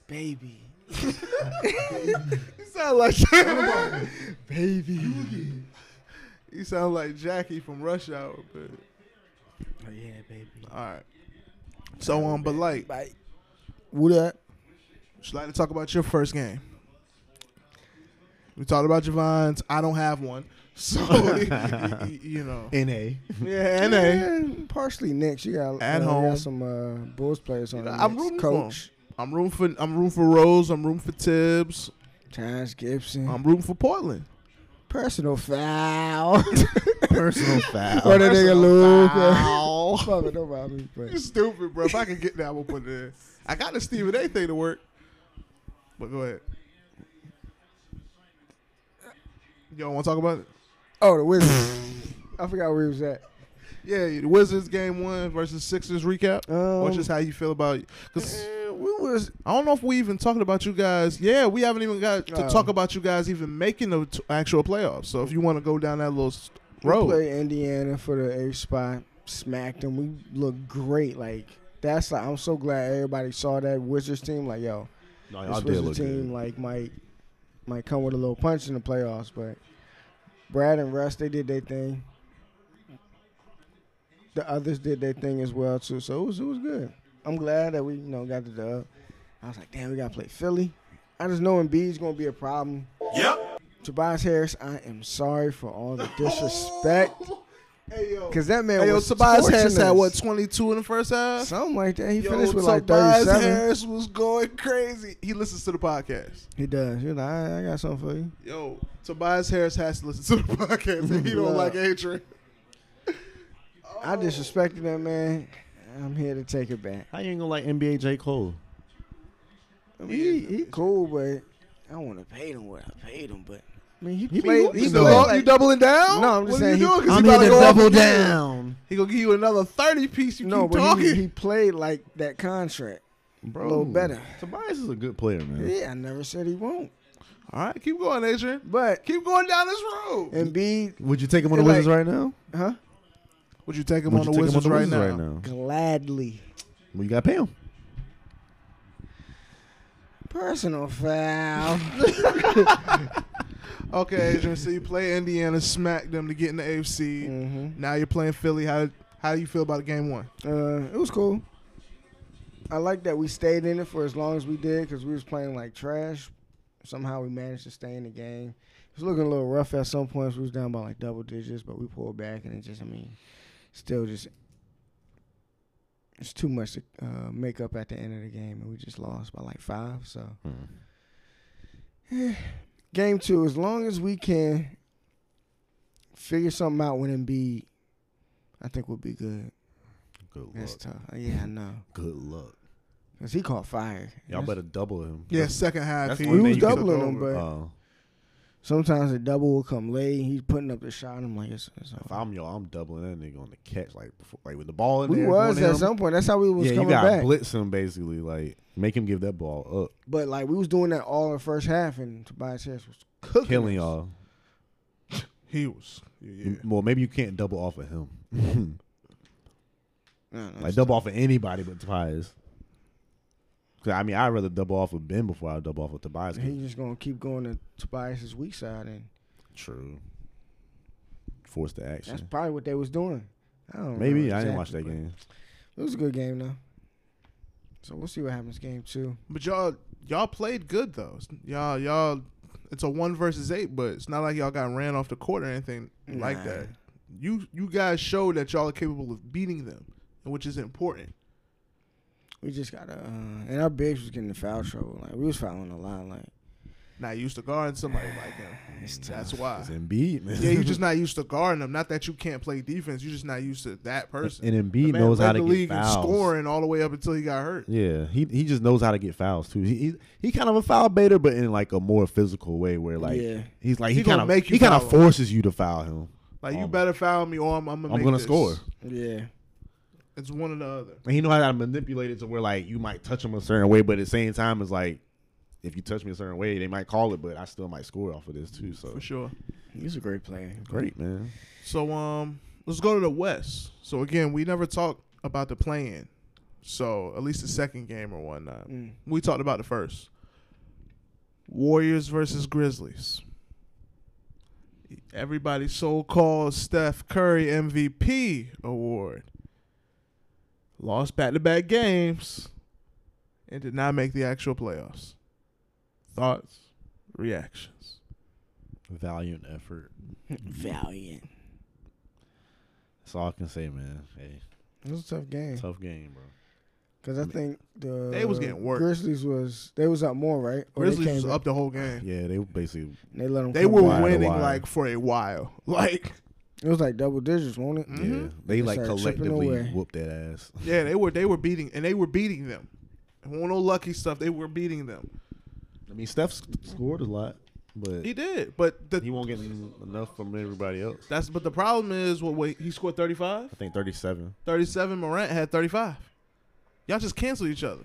[SPEAKER 5] baby,
[SPEAKER 6] You sound like baby. You sound like Jackie from Rush Hour, but
[SPEAKER 5] oh yeah, baby.
[SPEAKER 6] all right. So um, but light.
[SPEAKER 5] Like, what up?
[SPEAKER 6] Would you like to talk about your first game? We talked about Javon's. I don't have one, so y- y- you know.
[SPEAKER 4] N A.
[SPEAKER 6] Yeah, and
[SPEAKER 5] Yeah, partially Knicks. You got
[SPEAKER 6] At
[SPEAKER 5] you got
[SPEAKER 6] home.
[SPEAKER 5] some uh, Bulls players on the
[SPEAKER 6] I'm
[SPEAKER 5] Knicks.
[SPEAKER 6] rooting for 'em.
[SPEAKER 5] coach.
[SPEAKER 6] I'm room for I'm room for Rose. I'm room for Tibbs.
[SPEAKER 5] Taj Gibson.
[SPEAKER 6] I'm room for Portland.
[SPEAKER 5] Personal foul.
[SPEAKER 4] Personal
[SPEAKER 5] Or
[SPEAKER 4] foul.
[SPEAKER 5] that nigga
[SPEAKER 6] personal
[SPEAKER 5] Luke.
[SPEAKER 6] foul.
[SPEAKER 5] Fuck it, don't bother me, but
[SPEAKER 6] It's stupid, bro. If I can get there, I will put it in. I got the Stephen A. thing to work, but go ahead. Y'all want to talk about it?
[SPEAKER 5] Oh, the Wizards. I forgot where he was at.
[SPEAKER 6] Yeah, the Wizards game one versus Sixers recap.
[SPEAKER 5] Um,
[SPEAKER 6] Or just how you feel about it? 'Cause-
[SPEAKER 5] Eh, we was
[SPEAKER 6] I don't know if we even talking about you guys. Yeah, we haven't even got to
[SPEAKER 5] Oh.
[SPEAKER 6] talk about you guys even making the t- actual playoffs. So if you want to go down that little s-
[SPEAKER 5] we
[SPEAKER 6] road,
[SPEAKER 5] played Indiana for the eighth spot. Smacked them. We looked great. Like that's like I'm so glad everybody saw that Wizards team. Like yo,
[SPEAKER 4] No,
[SPEAKER 5] this Wizards team like might might come with a little punch in the playoffs. But Brad and Russ they did their thing. The others did their thing as well too. So it was it was good. I'm glad that we you know got the dub. I was like, damn, we gotta play Philly. I just know Embiid's gonna be a problem.
[SPEAKER 2] Yep.
[SPEAKER 5] Tobias Harris, I am sorry for all the disrespect
[SPEAKER 6] Hey, yo.
[SPEAKER 5] Because that man
[SPEAKER 6] Hey, yo,
[SPEAKER 5] was
[SPEAKER 6] Tobias
[SPEAKER 5] torching
[SPEAKER 6] Harris had
[SPEAKER 5] us.
[SPEAKER 6] what, 22 in the first half?
[SPEAKER 5] Something like that. He
[SPEAKER 6] Yo,
[SPEAKER 5] finished with like
[SPEAKER 6] Tobias
[SPEAKER 5] 37.
[SPEAKER 6] Harris was going crazy. He listens to the podcast.
[SPEAKER 5] He does. You're like, "All right, I got something for you.
[SPEAKER 6] Yo, Tobias Harris has to listen to the podcast. and He don't
[SPEAKER 5] Yeah.
[SPEAKER 6] like hatred.
[SPEAKER 5] I disrespected that man. I'm here to take it back.
[SPEAKER 4] How you ain't gonna like NBA J Cole?
[SPEAKER 5] I mean, he, he cool, but I don't want to pay him what I paid him. But I mean, he,
[SPEAKER 4] be
[SPEAKER 5] played.
[SPEAKER 4] hooping
[SPEAKER 5] He
[SPEAKER 4] though.
[SPEAKER 5] played
[SPEAKER 4] Oh,
[SPEAKER 5] like,
[SPEAKER 6] you doubling down?
[SPEAKER 5] No, I'm just
[SPEAKER 6] what
[SPEAKER 5] saying
[SPEAKER 6] Are you
[SPEAKER 5] he-
[SPEAKER 6] doing? 'Cause
[SPEAKER 5] I'm
[SPEAKER 6] he about
[SPEAKER 5] here to
[SPEAKER 6] to go off
[SPEAKER 5] double
[SPEAKER 6] again.
[SPEAKER 4] down,
[SPEAKER 6] He gonna give you another thirty piece. You
[SPEAKER 5] no,
[SPEAKER 6] keep
[SPEAKER 5] but
[SPEAKER 6] talking.
[SPEAKER 5] he, he played like that contract.
[SPEAKER 4] bro.
[SPEAKER 5] little better.
[SPEAKER 4] Tobias is a good player, man.
[SPEAKER 5] Yeah, I never said he won't.
[SPEAKER 6] All right, keep going, Adrian.
[SPEAKER 5] But
[SPEAKER 6] Keep going down this road.
[SPEAKER 5] Embiid,
[SPEAKER 4] Would you take him on the
[SPEAKER 5] Like-
[SPEAKER 4] Wizards right now?
[SPEAKER 5] huh?
[SPEAKER 6] Would you take him
[SPEAKER 4] Would you
[SPEAKER 6] on the
[SPEAKER 4] take him
[SPEAKER 6] Wizards right, now?
[SPEAKER 5] Gladly.
[SPEAKER 4] Well, you got to pay him.
[SPEAKER 5] Personal foul.
[SPEAKER 6] Okay, Adrian. so you play Indiana, smack them to get in the AFC.
[SPEAKER 5] hmm
[SPEAKER 6] Now you're playing Philly. How how do you feel about game one?
[SPEAKER 5] Uh, it was cool. I like that we stayed in it for as long as we did because we was playing like trash. Somehow we managed to stay in the game. It was looking a little rough at some points. We was down by like double digits, but we pulled back and it just, I mean, still just it's too much to uh, make up at the end of the game, and we just lost by like five. So
[SPEAKER 4] Hmm.
[SPEAKER 5] game two, as long as we can figure something out with Embiid, I think we'll be good.
[SPEAKER 4] Good
[SPEAKER 5] That's
[SPEAKER 4] luck.
[SPEAKER 5] tough. Yeah, I know.
[SPEAKER 4] Good luck.
[SPEAKER 5] Cause he caught fire.
[SPEAKER 4] Y'all
[SPEAKER 5] That's-
[SPEAKER 4] better double him.
[SPEAKER 6] Yeah, second half.
[SPEAKER 4] that's
[SPEAKER 6] he-
[SPEAKER 4] one
[SPEAKER 5] We
[SPEAKER 4] thing
[SPEAKER 5] was
[SPEAKER 4] you can-
[SPEAKER 5] doubling him, but
[SPEAKER 4] Uh,
[SPEAKER 5] sometimes the double will come late. He's putting up the shot. and I'm like, it's, it's
[SPEAKER 4] if
[SPEAKER 5] over.
[SPEAKER 4] I'm y'all, I'm doubling that nigga on the catch, like before, like with the ball in
[SPEAKER 5] we
[SPEAKER 4] there.
[SPEAKER 5] was
[SPEAKER 4] going
[SPEAKER 5] at
[SPEAKER 4] him.
[SPEAKER 5] some point. That's how we was
[SPEAKER 4] yeah, you
[SPEAKER 5] coming
[SPEAKER 4] gotta
[SPEAKER 5] back.
[SPEAKER 4] blitz him basically, like make him give that ball up,
[SPEAKER 5] but like we was doing that all in the first half, and Tobias Harris was cooking.
[SPEAKER 4] killing
[SPEAKER 5] us.
[SPEAKER 4] y'all.
[SPEAKER 6] He was. Yeah.
[SPEAKER 4] Well, maybe you can't double off of him,
[SPEAKER 5] No, no,
[SPEAKER 4] like double off of anybody but Tobias. 'Cause, I mean, I'd rather double off of Ben before I double off of Tobias.
[SPEAKER 5] he just gonna keep going to Tobias's weak side, and
[SPEAKER 4] True. Force the
[SPEAKER 5] that's
[SPEAKER 4] action.
[SPEAKER 5] probably what they was doing. I
[SPEAKER 6] Mm-hmm.
[SPEAKER 5] don't
[SPEAKER 4] Maybe
[SPEAKER 5] know
[SPEAKER 4] I
[SPEAKER 5] exactly,
[SPEAKER 4] didn't watch that
[SPEAKER 5] but
[SPEAKER 4] game.
[SPEAKER 5] It was a good game though. So we'll see what happens game two.
[SPEAKER 6] But y'all y'all played good though. Y'all y'all it's a one versus eight, but it's not like y'all got ran off the court or anything like
[SPEAKER 5] Nah.
[SPEAKER 6] that. You you guys showed that y'all are capable of beating them, which is important.
[SPEAKER 5] We just gotta, uh, and our bigs was getting in foul trouble. Like we was fouling a lot. Like
[SPEAKER 6] Not used to guarding somebody like him. That's why.
[SPEAKER 4] It's Embiid, man.
[SPEAKER 6] Yeah, you're just not used to guarding them. Not that you can't play defense. You're just not used to that person.
[SPEAKER 4] And
[SPEAKER 6] The
[SPEAKER 4] Embiid
[SPEAKER 6] man
[SPEAKER 4] knows
[SPEAKER 6] led
[SPEAKER 4] how to
[SPEAKER 6] the
[SPEAKER 4] get
[SPEAKER 6] league in
[SPEAKER 4] fouls.
[SPEAKER 6] scoring all the way up until he got hurt.
[SPEAKER 4] Yeah, he he just knows how to get fouls too. He he, he kind of a foul baiter, but in like a more physical way, where like
[SPEAKER 5] Yeah.
[SPEAKER 4] he's like
[SPEAKER 6] He
[SPEAKER 4] he
[SPEAKER 6] gonna
[SPEAKER 4] kind of
[SPEAKER 6] make you
[SPEAKER 4] he kind
[SPEAKER 6] foul
[SPEAKER 4] of
[SPEAKER 6] him.
[SPEAKER 4] forces you to foul him,
[SPEAKER 6] Like you
[SPEAKER 4] Um,
[SPEAKER 6] better foul me or I'm, I'm gonna
[SPEAKER 4] I'm
[SPEAKER 6] make
[SPEAKER 4] gonna
[SPEAKER 6] this.
[SPEAKER 4] score.
[SPEAKER 5] yeah,
[SPEAKER 6] It's one or the other.
[SPEAKER 4] and he know how to manipulate it to where like you might touch him a certain way, but at the same time, it's like if you touch me a certain way, they might call it, but I still might score off of this too. So
[SPEAKER 6] For sure.
[SPEAKER 5] he's a great player.
[SPEAKER 4] great, man.
[SPEAKER 6] So um, let's go to the West. So again, we never talked about the playing. So at least the second game or whatnot.
[SPEAKER 5] Mm.
[SPEAKER 6] We talked about the first. Warriors versus Grizzlies. Everybody's so-called Steph Curry MVP award. Lost back-to-back games and did not make the actual playoffs. Thoughts, reactions.
[SPEAKER 4] Valiant effort.
[SPEAKER 5] Valiant.
[SPEAKER 4] That's all I can say, man. Hey,
[SPEAKER 5] It was a tough game
[SPEAKER 4] tough game, bro.
[SPEAKER 5] because I think the
[SPEAKER 6] They was getting worked.
[SPEAKER 5] Grizzlies was they was up more, right? Or they
[SPEAKER 6] Grizzlies
[SPEAKER 5] came
[SPEAKER 6] was
[SPEAKER 5] back-
[SPEAKER 6] up the whole game.
[SPEAKER 4] Yeah, they basically
[SPEAKER 5] and They let them.
[SPEAKER 6] They were
[SPEAKER 4] Wide
[SPEAKER 6] winning
[SPEAKER 4] wide.
[SPEAKER 6] like for a while. Like
[SPEAKER 5] It was like double digits, wasn't it?
[SPEAKER 6] Mm-hmm.
[SPEAKER 4] yeah they
[SPEAKER 5] They
[SPEAKER 4] like
[SPEAKER 5] started chipping
[SPEAKER 4] collectively
[SPEAKER 5] away.
[SPEAKER 4] whooped that ass.
[SPEAKER 6] yeah, they were they were beating and they were beating them. It wasn't no lucky stuff. They were beating them.
[SPEAKER 4] I mean, Steph sc- scored a lot, but
[SPEAKER 6] He did, but the
[SPEAKER 4] he won't get en- enough from everybody else.
[SPEAKER 6] that's but the problem is what wait he scored 35,
[SPEAKER 4] I think 37.
[SPEAKER 6] 37. Morant had thirty five. Y'all just cancel each other.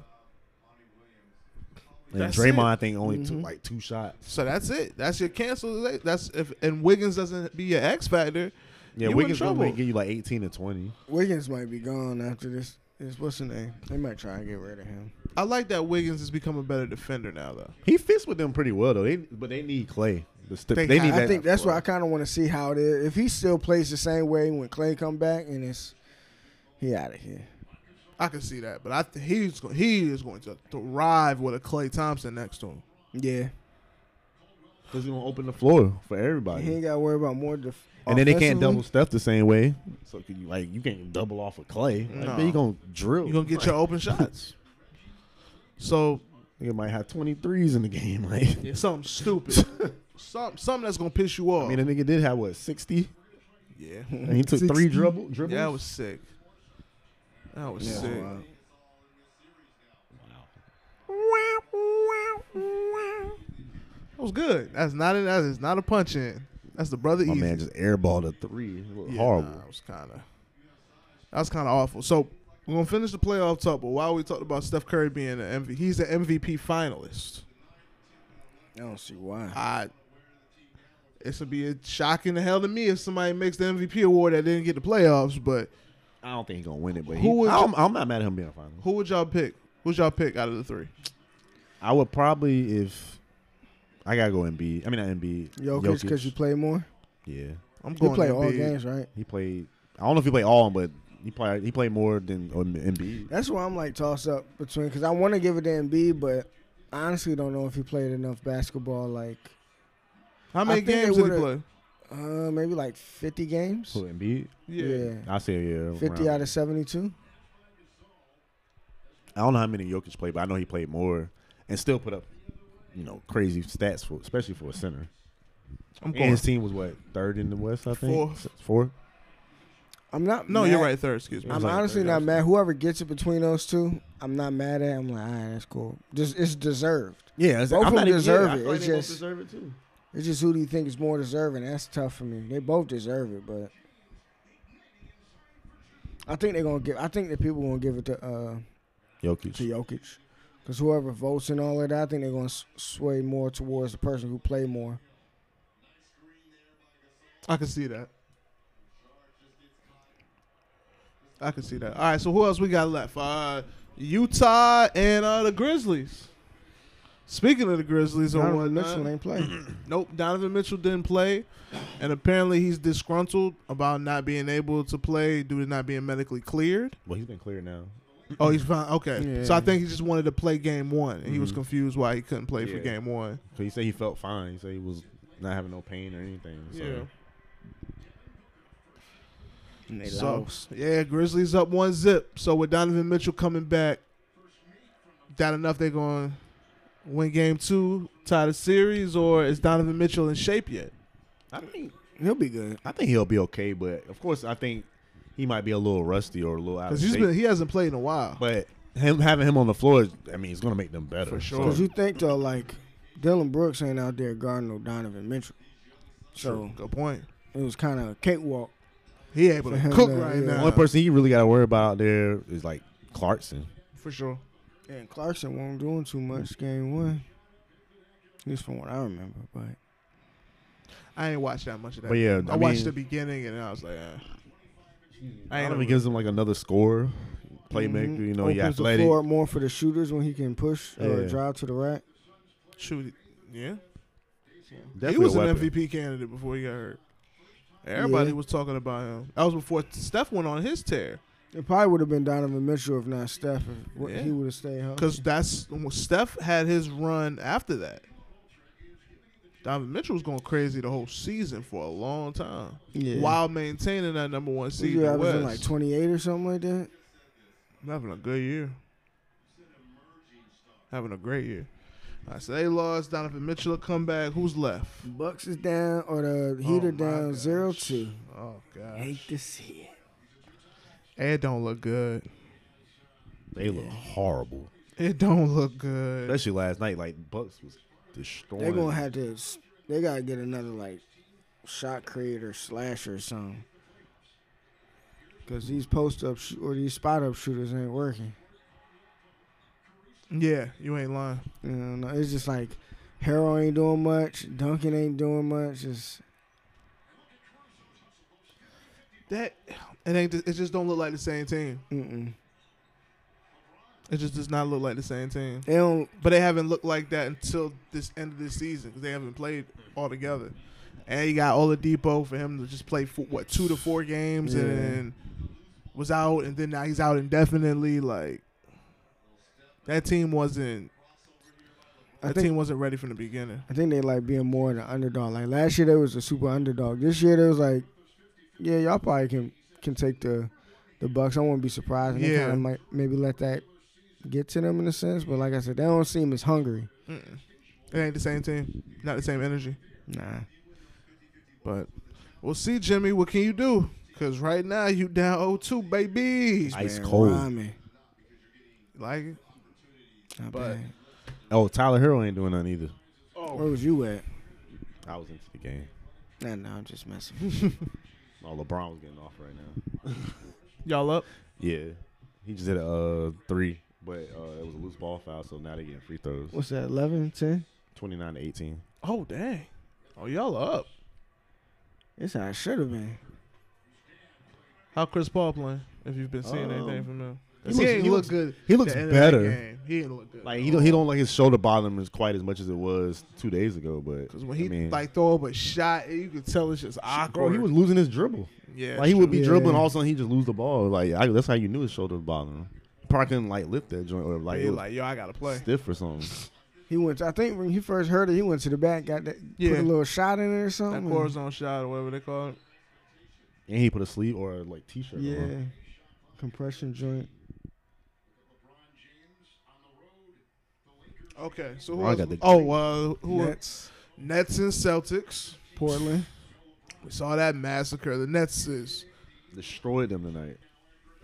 [SPEAKER 4] And
[SPEAKER 6] That's
[SPEAKER 4] Draymond,
[SPEAKER 6] it.
[SPEAKER 4] I think, only took like two shots.
[SPEAKER 6] So that's it. That's your cancel. That's if and Wiggins doesn't be your X factor.
[SPEAKER 4] Yeah,
[SPEAKER 6] you
[SPEAKER 4] Wiggins
[SPEAKER 6] in
[SPEAKER 4] gonna
[SPEAKER 6] trouble.
[SPEAKER 4] give you like 18 to 20.
[SPEAKER 5] Wiggins might be gone after this. This what's the name? They might try and get rid of him.
[SPEAKER 6] I like that Wiggins has become a better defender now though.
[SPEAKER 4] He fits with them pretty well though. They but they need Clay. The st-
[SPEAKER 6] They-
[SPEAKER 4] they, need
[SPEAKER 5] I
[SPEAKER 4] that.
[SPEAKER 5] think that's why I kind of want to see how it is. If he still plays the same way when Clay come back, and it's he out of here.
[SPEAKER 6] I can see that, but I th- he's go- he is going to thrive with a Clay Thompson next to him.
[SPEAKER 5] Yeah,
[SPEAKER 4] Because you don't open the floor for everybody.
[SPEAKER 5] He ain't got to worry about more. Def-
[SPEAKER 4] And then they can't double
[SPEAKER 5] offensively.
[SPEAKER 4] stuff the same way. So can you like you can't double off of Clay. Like,
[SPEAKER 6] No.
[SPEAKER 4] man, you gonna drill.
[SPEAKER 6] You're going to get your open shots. So,
[SPEAKER 4] You might have twenty threes in the game. Like
[SPEAKER 6] yeah, something stupid. Some, something that's going to piss you off.
[SPEAKER 4] I mean, the nigga did have what sixty,
[SPEAKER 6] yeah.
[SPEAKER 4] and he took three dribble dribbles.
[SPEAKER 6] Yeah, that was sick. That was sick. That was good. That's not an, that is not a punch in. That's the brother
[SPEAKER 4] my
[SPEAKER 6] easy.
[SPEAKER 4] man just airballed a three. It looked
[SPEAKER 6] Yeah,
[SPEAKER 4] horrible.
[SPEAKER 6] nah, it was kind of that was kind of awful. So we're gonna finish the playoff talk, but while we talked about Steph Curry being an MVP, he's an MVP finalist.
[SPEAKER 5] I don't see why.
[SPEAKER 6] I it's gonna be a shocking to hell to me if somebody makes the MVP award that didn't get the playoffs. But
[SPEAKER 4] I don't think he's gonna win it, but
[SPEAKER 6] Who
[SPEAKER 4] he,
[SPEAKER 6] would
[SPEAKER 4] I'm,
[SPEAKER 6] you-
[SPEAKER 4] I'm not mad at him being a final.
[SPEAKER 6] who would y'all pick? Who's y'all pick out of the three?
[SPEAKER 4] I would probably if I gotta go Embiid. I mean not Embiid.
[SPEAKER 5] Jokic, because you play more.
[SPEAKER 4] yeah,
[SPEAKER 6] I'm
[SPEAKER 5] You
[SPEAKER 6] going.
[SPEAKER 5] play all
[SPEAKER 6] Embiid.
[SPEAKER 5] games, right?
[SPEAKER 4] he played. I don't know if he played all, but he played. He played more than um, Embiid.
[SPEAKER 5] That's why I'm like toss up between because I want to give it to Embiid, but I honestly don't know if he played enough basketball. Like
[SPEAKER 6] How many
[SPEAKER 5] I think they
[SPEAKER 6] games did he
[SPEAKER 5] would've-
[SPEAKER 6] play?
[SPEAKER 5] uh, maybe like 50 games.
[SPEAKER 4] Who Embiid?
[SPEAKER 5] Yeah,
[SPEAKER 4] I say yeah.
[SPEAKER 5] 50
[SPEAKER 4] around-
[SPEAKER 5] out of 72.
[SPEAKER 4] I don't know how many Jokic played, but I know he played more and still put up, you know, crazy stats for especially for a center.
[SPEAKER 6] I'm
[SPEAKER 4] And
[SPEAKER 6] going.
[SPEAKER 4] his team was what third in the West, I think.
[SPEAKER 6] Fourth.
[SPEAKER 4] S- Four.
[SPEAKER 5] I'm not.
[SPEAKER 6] No,
[SPEAKER 5] mad.
[SPEAKER 6] you're right. Third, excuse me.
[SPEAKER 5] I'm
[SPEAKER 4] like
[SPEAKER 5] honestly
[SPEAKER 4] third
[SPEAKER 5] not
[SPEAKER 4] or
[SPEAKER 5] mad. Whoever gets it between those two, I'm not mad at. I'm like, all right, that's cool. Just it's deserved.
[SPEAKER 4] Yeah, it's,
[SPEAKER 5] Both of
[SPEAKER 4] I'm
[SPEAKER 5] them
[SPEAKER 4] not even-
[SPEAKER 5] deserve
[SPEAKER 4] yeah, I
[SPEAKER 5] it.
[SPEAKER 4] feel like
[SPEAKER 5] It's
[SPEAKER 4] they both
[SPEAKER 5] just-
[SPEAKER 4] deserve it too.
[SPEAKER 5] It's just who do you think is more deserving? That's tough for me. They both deserve it, but I think they're gonna give. I think that people gonna give it to uh to
[SPEAKER 4] Jokic.
[SPEAKER 5] Jokic, because whoever votes and all of that, I think they're gonna s- sway more towards the person who played more.
[SPEAKER 6] I can see that. I can see that. All right, so who else we got left? Uh, Utah and uh, the Grizzlies. Speaking of the Grizzlies, on
[SPEAKER 5] Donovan
[SPEAKER 6] one
[SPEAKER 5] Mitchell ain't played.
[SPEAKER 6] Nope, Donovan Mitchell didn't play, and apparently he's disgruntled about not being able to play due to not being medically cleared.
[SPEAKER 4] Well, he's been cleared now.
[SPEAKER 6] Oh, he's fine. Okay,
[SPEAKER 5] Yeah. Mm-hmm.
[SPEAKER 6] so I think he just wanted to play game one, and he was
[SPEAKER 4] Mhm.
[SPEAKER 6] confused why he couldn't play for
[SPEAKER 4] Yeah.
[SPEAKER 6] game one.
[SPEAKER 4] Cause he said he felt fine. He said he was not having no pain or anything. So.
[SPEAKER 6] Yeah.
[SPEAKER 5] And they
[SPEAKER 6] So
[SPEAKER 5] lost.
[SPEAKER 6] yeah, Grizzlies up one zip. So with Donovan Mitchell coming back, that enough they're going to win game two, tie the series, or is Donovan Mitchell in shape yet?
[SPEAKER 4] I think
[SPEAKER 5] He'll be good.
[SPEAKER 4] I think he'll be okay, but of course I think he might be a little rusty or a little out of
[SPEAKER 6] Because he's
[SPEAKER 4] shape.
[SPEAKER 6] been he hasn't played in a while.
[SPEAKER 4] but him having him on the floor, is- I mean, it's gonna make them better
[SPEAKER 6] For sure.
[SPEAKER 5] Because you think though, like Dylan Brooks ain't out there guarding no Donovan Mitchell, so
[SPEAKER 6] Good point.
[SPEAKER 5] it was kind of a cakewalk.
[SPEAKER 6] He able
[SPEAKER 5] For
[SPEAKER 6] to
[SPEAKER 5] him,
[SPEAKER 6] cook
[SPEAKER 5] uh,
[SPEAKER 6] right
[SPEAKER 5] yeah.
[SPEAKER 4] the
[SPEAKER 6] now.
[SPEAKER 4] only person he really got to worry about out there is like Clarkson.
[SPEAKER 6] for sure.
[SPEAKER 5] And Clarkson wasn't doing too much game one. At least from what I remember, but
[SPEAKER 6] I ain't watched that much of that.
[SPEAKER 4] But yeah,
[SPEAKER 6] game. I,
[SPEAKER 4] I
[SPEAKER 6] watched
[SPEAKER 4] mean-
[SPEAKER 6] the beginning and I was like, eh. I
[SPEAKER 4] I
[SPEAKER 6] ain't
[SPEAKER 4] don't know
[SPEAKER 6] over
[SPEAKER 4] if
[SPEAKER 6] it.
[SPEAKER 4] he gives him like another score, playmaker.
[SPEAKER 5] Mhm.
[SPEAKER 4] You know,
[SPEAKER 5] opens
[SPEAKER 4] he athletic.
[SPEAKER 5] the floor more for the shooters when he can push or
[SPEAKER 4] Yeah.
[SPEAKER 5] drive to the rack.
[SPEAKER 6] shoot. Yeah,
[SPEAKER 4] Definitely
[SPEAKER 6] he was
[SPEAKER 4] a
[SPEAKER 6] an
[SPEAKER 4] weapon.
[SPEAKER 6] MVP candidate before he got hurt. Everybody
[SPEAKER 5] Yeah.
[SPEAKER 6] was talking about him. That was before Steph went on his tear.
[SPEAKER 5] It probably would have been Donovan Mitchell if not Steph. If what-
[SPEAKER 6] Yeah.
[SPEAKER 5] He would have stayed healthy.
[SPEAKER 6] Because that's Steph had his run after that. Donovan Mitchell was going crazy the whole season for a long time
[SPEAKER 5] yeah.
[SPEAKER 6] while maintaining that number one
[SPEAKER 5] Was
[SPEAKER 6] seed.
[SPEAKER 5] he
[SPEAKER 6] in the
[SPEAKER 5] averaging like
[SPEAKER 6] West.
[SPEAKER 5] 28 or something like that?
[SPEAKER 6] having a good year, having a great year. All right, so they lost. Donovan Mitchell a comeback. Who's left?
[SPEAKER 5] Bucks is down or the Heat
[SPEAKER 6] Oh,
[SPEAKER 5] are
[SPEAKER 6] my
[SPEAKER 5] down
[SPEAKER 6] gosh.
[SPEAKER 5] zero two.
[SPEAKER 6] Oh god,
[SPEAKER 5] Hate to see it.
[SPEAKER 6] it don't look good.
[SPEAKER 4] They look horrible,
[SPEAKER 6] It don't look good.
[SPEAKER 4] especially last night. Like Bucks was destroying.
[SPEAKER 5] They're gonna have to. s- They gotta get another like shot creator slasher or something. Cause these post up sh- or these spot up shooters ain't working.
[SPEAKER 6] Yeah, you ain't lying.
[SPEAKER 5] You know, no, it's just like Harrell ain't doing much, Duncan ain't doing much. It's
[SPEAKER 6] That it ain't. It just don't look like the same team.
[SPEAKER 5] mm-mm.
[SPEAKER 6] It just does not look like the same team.
[SPEAKER 5] they don't.
[SPEAKER 6] But they haven't looked like that until this end of this season 'cause they haven't played all together. And you got Oladipo for him to just play for what two to four games
[SPEAKER 5] Yeah.
[SPEAKER 6] and then was out, and then now he's out indefinitely. Like that team wasn't
[SPEAKER 5] I
[SPEAKER 6] That
[SPEAKER 5] think-
[SPEAKER 6] team wasn't ready from the beginning.
[SPEAKER 5] I think they like being more of an underdog. Like last year, they was a super underdog. This year, they was like, yeah, y'all probably can can take the the Bucks. I wouldn't be surprised. And They
[SPEAKER 6] Yeah.
[SPEAKER 5] kind of might maybe let that get to them in a sense. But like I said, they don't seem as hungry.
[SPEAKER 6] Mm-mm. It ain't the same team. Not the same energy.
[SPEAKER 5] Nah.
[SPEAKER 6] But we'll see, Jimmy. What can you do? Because right now you down 0-2, baby.
[SPEAKER 4] Ice
[SPEAKER 5] Man,
[SPEAKER 4] cold.
[SPEAKER 5] rhyming.
[SPEAKER 6] Like it?
[SPEAKER 5] Not
[SPEAKER 6] But- oh.
[SPEAKER 5] bad.
[SPEAKER 4] Oh, Tyler Hero ain't doing nothing either.
[SPEAKER 5] Where was you at?
[SPEAKER 4] I was into the game.
[SPEAKER 5] Nah, nah, I'm just messing.
[SPEAKER 4] Oh, LeBron was getting off right now.
[SPEAKER 6] Y'all up?
[SPEAKER 4] Yeah, he just hit a uh, three, but uh, it was a loose ball foul, so now they getting free throws.
[SPEAKER 5] What's that? 11, 10?
[SPEAKER 4] Twenty nine to eighteen.
[SPEAKER 6] Oh, dang. Oh, y'all up.
[SPEAKER 5] It's how it should have been.
[SPEAKER 6] How Chris Paul playing? If you've been seeing anything
[SPEAKER 4] Um,
[SPEAKER 6] from him,
[SPEAKER 4] he
[SPEAKER 6] 'Cause he,
[SPEAKER 4] looks-
[SPEAKER 6] ain't
[SPEAKER 4] he
[SPEAKER 6] look
[SPEAKER 4] looks-
[SPEAKER 6] good.
[SPEAKER 4] he looks
[SPEAKER 6] the end of that
[SPEAKER 4] better.
[SPEAKER 6] game. He ain't look good.
[SPEAKER 4] Like he don't, he don't like his shoulder bottom is quite as much as it was two days ago, but
[SPEAKER 6] because when he
[SPEAKER 4] I mean, Ah,
[SPEAKER 6] like throw up a shot, you could tell it's just awkward.
[SPEAKER 4] bro, he was losing his dribble.
[SPEAKER 6] yeah,
[SPEAKER 4] Like he would be
[SPEAKER 5] Yeah.
[SPEAKER 4] dribbling, all of a sudden he just lose the ball. Like I, that's how you knew his shoulder was bothering him. Probably couldn't like lift that joint or like,
[SPEAKER 6] like,
[SPEAKER 4] it was
[SPEAKER 6] like yo, I gotta play.
[SPEAKER 4] stiff or something.
[SPEAKER 5] He went. To, I think when he first heard it, he went to the back, got that,
[SPEAKER 6] Yeah.
[SPEAKER 5] put a little shot in it or
[SPEAKER 6] That
[SPEAKER 5] something.
[SPEAKER 6] cortisone shot or whatever they call it.
[SPEAKER 4] And he put a sleeve or like t-shirt.
[SPEAKER 5] Yeah,
[SPEAKER 4] on.
[SPEAKER 5] compression joint.
[SPEAKER 6] Okay, so
[SPEAKER 4] Bro,
[SPEAKER 6] who
[SPEAKER 4] I
[SPEAKER 6] else?
[SPEAKER 4] got the-
[SPEAKER 6] oh, uh, who Nets.
[SPEAKER 5] Nets,
[SPEAKER 6] Nets and Celtics?
[SPEAKER 5] Portland.
[SPEAKER 6] We saw that massacre. The Nets is
[SPEAKER 4] destroyed them tonight.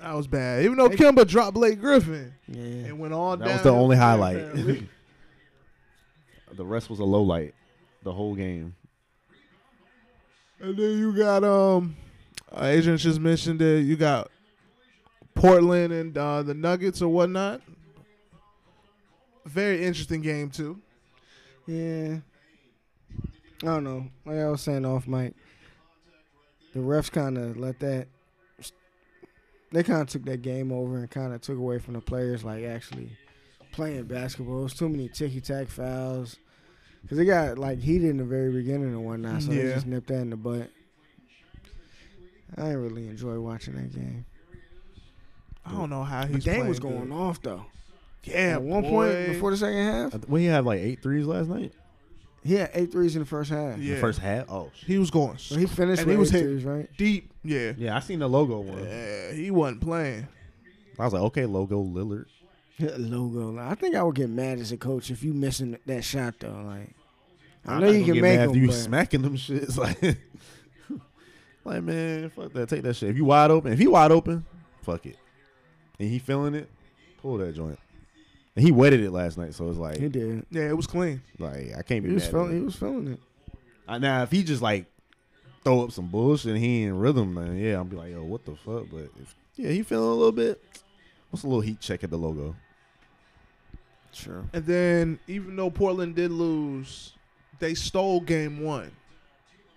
[SPEAKER 6] that was bad. Even though Kimba dropped Blake Griffin,
[SPEAKER 5] Yeah,
[SPEAKER 6] it went all
[SPEAKER 4] That
[SPEAKER 6] down.
[SPEAKER 4] was the only
[SPEAKER 6] Yeah,
[SPEAKER 4] highlight.
[SPEAKER 6] apparently.
[SPEAKER 4] the rest was a low light. The whole game.
[SPEAKER 6] And then you got um, uh, Adrian just mentioned that you got Portland and uh, the Nuggets or whatnot. Very interesting game too.
[SPEAKER 5] yeah. I don't know. Like I was saying off mic, the refs kind of let that. They kind of took that game over and kind of took away from the players, like actually playing basketball. It was too many ticky tack fouls. Cause they got like heated in the very beginning and whatnot, so they
[SPEAKER 6] Yeah.
[SPEAKER 5] just nipped that in the butt. I didn't really enjoy watching that game.
[SPEAKER 6] I don't know how
[SPEAKER 5] The
[SPEAKER 6] he's
[SPEAKER 5] game was
[SPEAKER 6] playing
[SPEAKER 5] going
[SPEAKER 6] good.
[SPEAKER 5] off though.
[SPEAKER 6] Yeah,
[SPEAKER 5] At one
[SPEAKER 6] boy.
[SPEAKER 5] point before the second half,
[SPEAKER 4] When he had like eight threes last night.
[SPEAKER 5] he had eight threes in the first half.
[SPEAKER 4] The
[SPEAKER 6] Yeah.
[SPEAKER 4] first half. Oh shit.
[SPEAKER 6] he was going
[SPEAKER 5] So he finished
[SPEAKER 6] And
[SPEAKER 5] with
[SPEAKER 6] he was
[SPEAKER 5] eight
[SPEAKER 6] hit-
[SPEAKER 5] threes, right?
[SPEAKER 6] deep. Yeah.
[SPEAKER 4] Yeah, I seen the logo one.
[SPEAKER 6] yeah, he wasn't playing.
[SPEAKER 4] I was like, okay, logo Lillard.
[SPEAKER 5] Hit a logo. line. I think I would get mad as a coach if you missing that shot though. Like I
[SPEAKER 4] I'm
[SPEAKER 5] know
[SPEAKER 4] not
[SPEAKER 5] you
[SPEAKER 4] gonna
[SPEAKER 5] can
[SPEAKER 4] get
[SPEAKER 5] make
[SPEAKER 4] mad
[SPEAKER 5] them,
[SPEAKER 4] if you
[SPEAKER 5] but
[SPEAKER 4] smacking them shits like. like man, fuck that. Take that shit. If you wide open, if he wide open, fuck it. And he feeling it, pull that joint. And he wetted it last night, so it's like,
[SPEAKER 5] he did.
[SPEAKER 6] Yeah, it was clean.
[SPEAKER 4] like I can't be
[SPEAKER 5] He was
[SPEAKER 4] mad. at
[SPEAKER 5] feeling. He
[SPEAKER 4] him.
[SPEAKER 5] was feeling it.
[SPEAKER 4] Uh, Now if he just like throw up some bullshit and he in rhythm, then yeah, I'll be like, yo, what the fuck? But if yeah, he feeling a little bit. What's a little heat check at the logo?
[SPEAKER 5] Sure.
[SPEAKER 6] And then even though Portland did lose, they stole game one.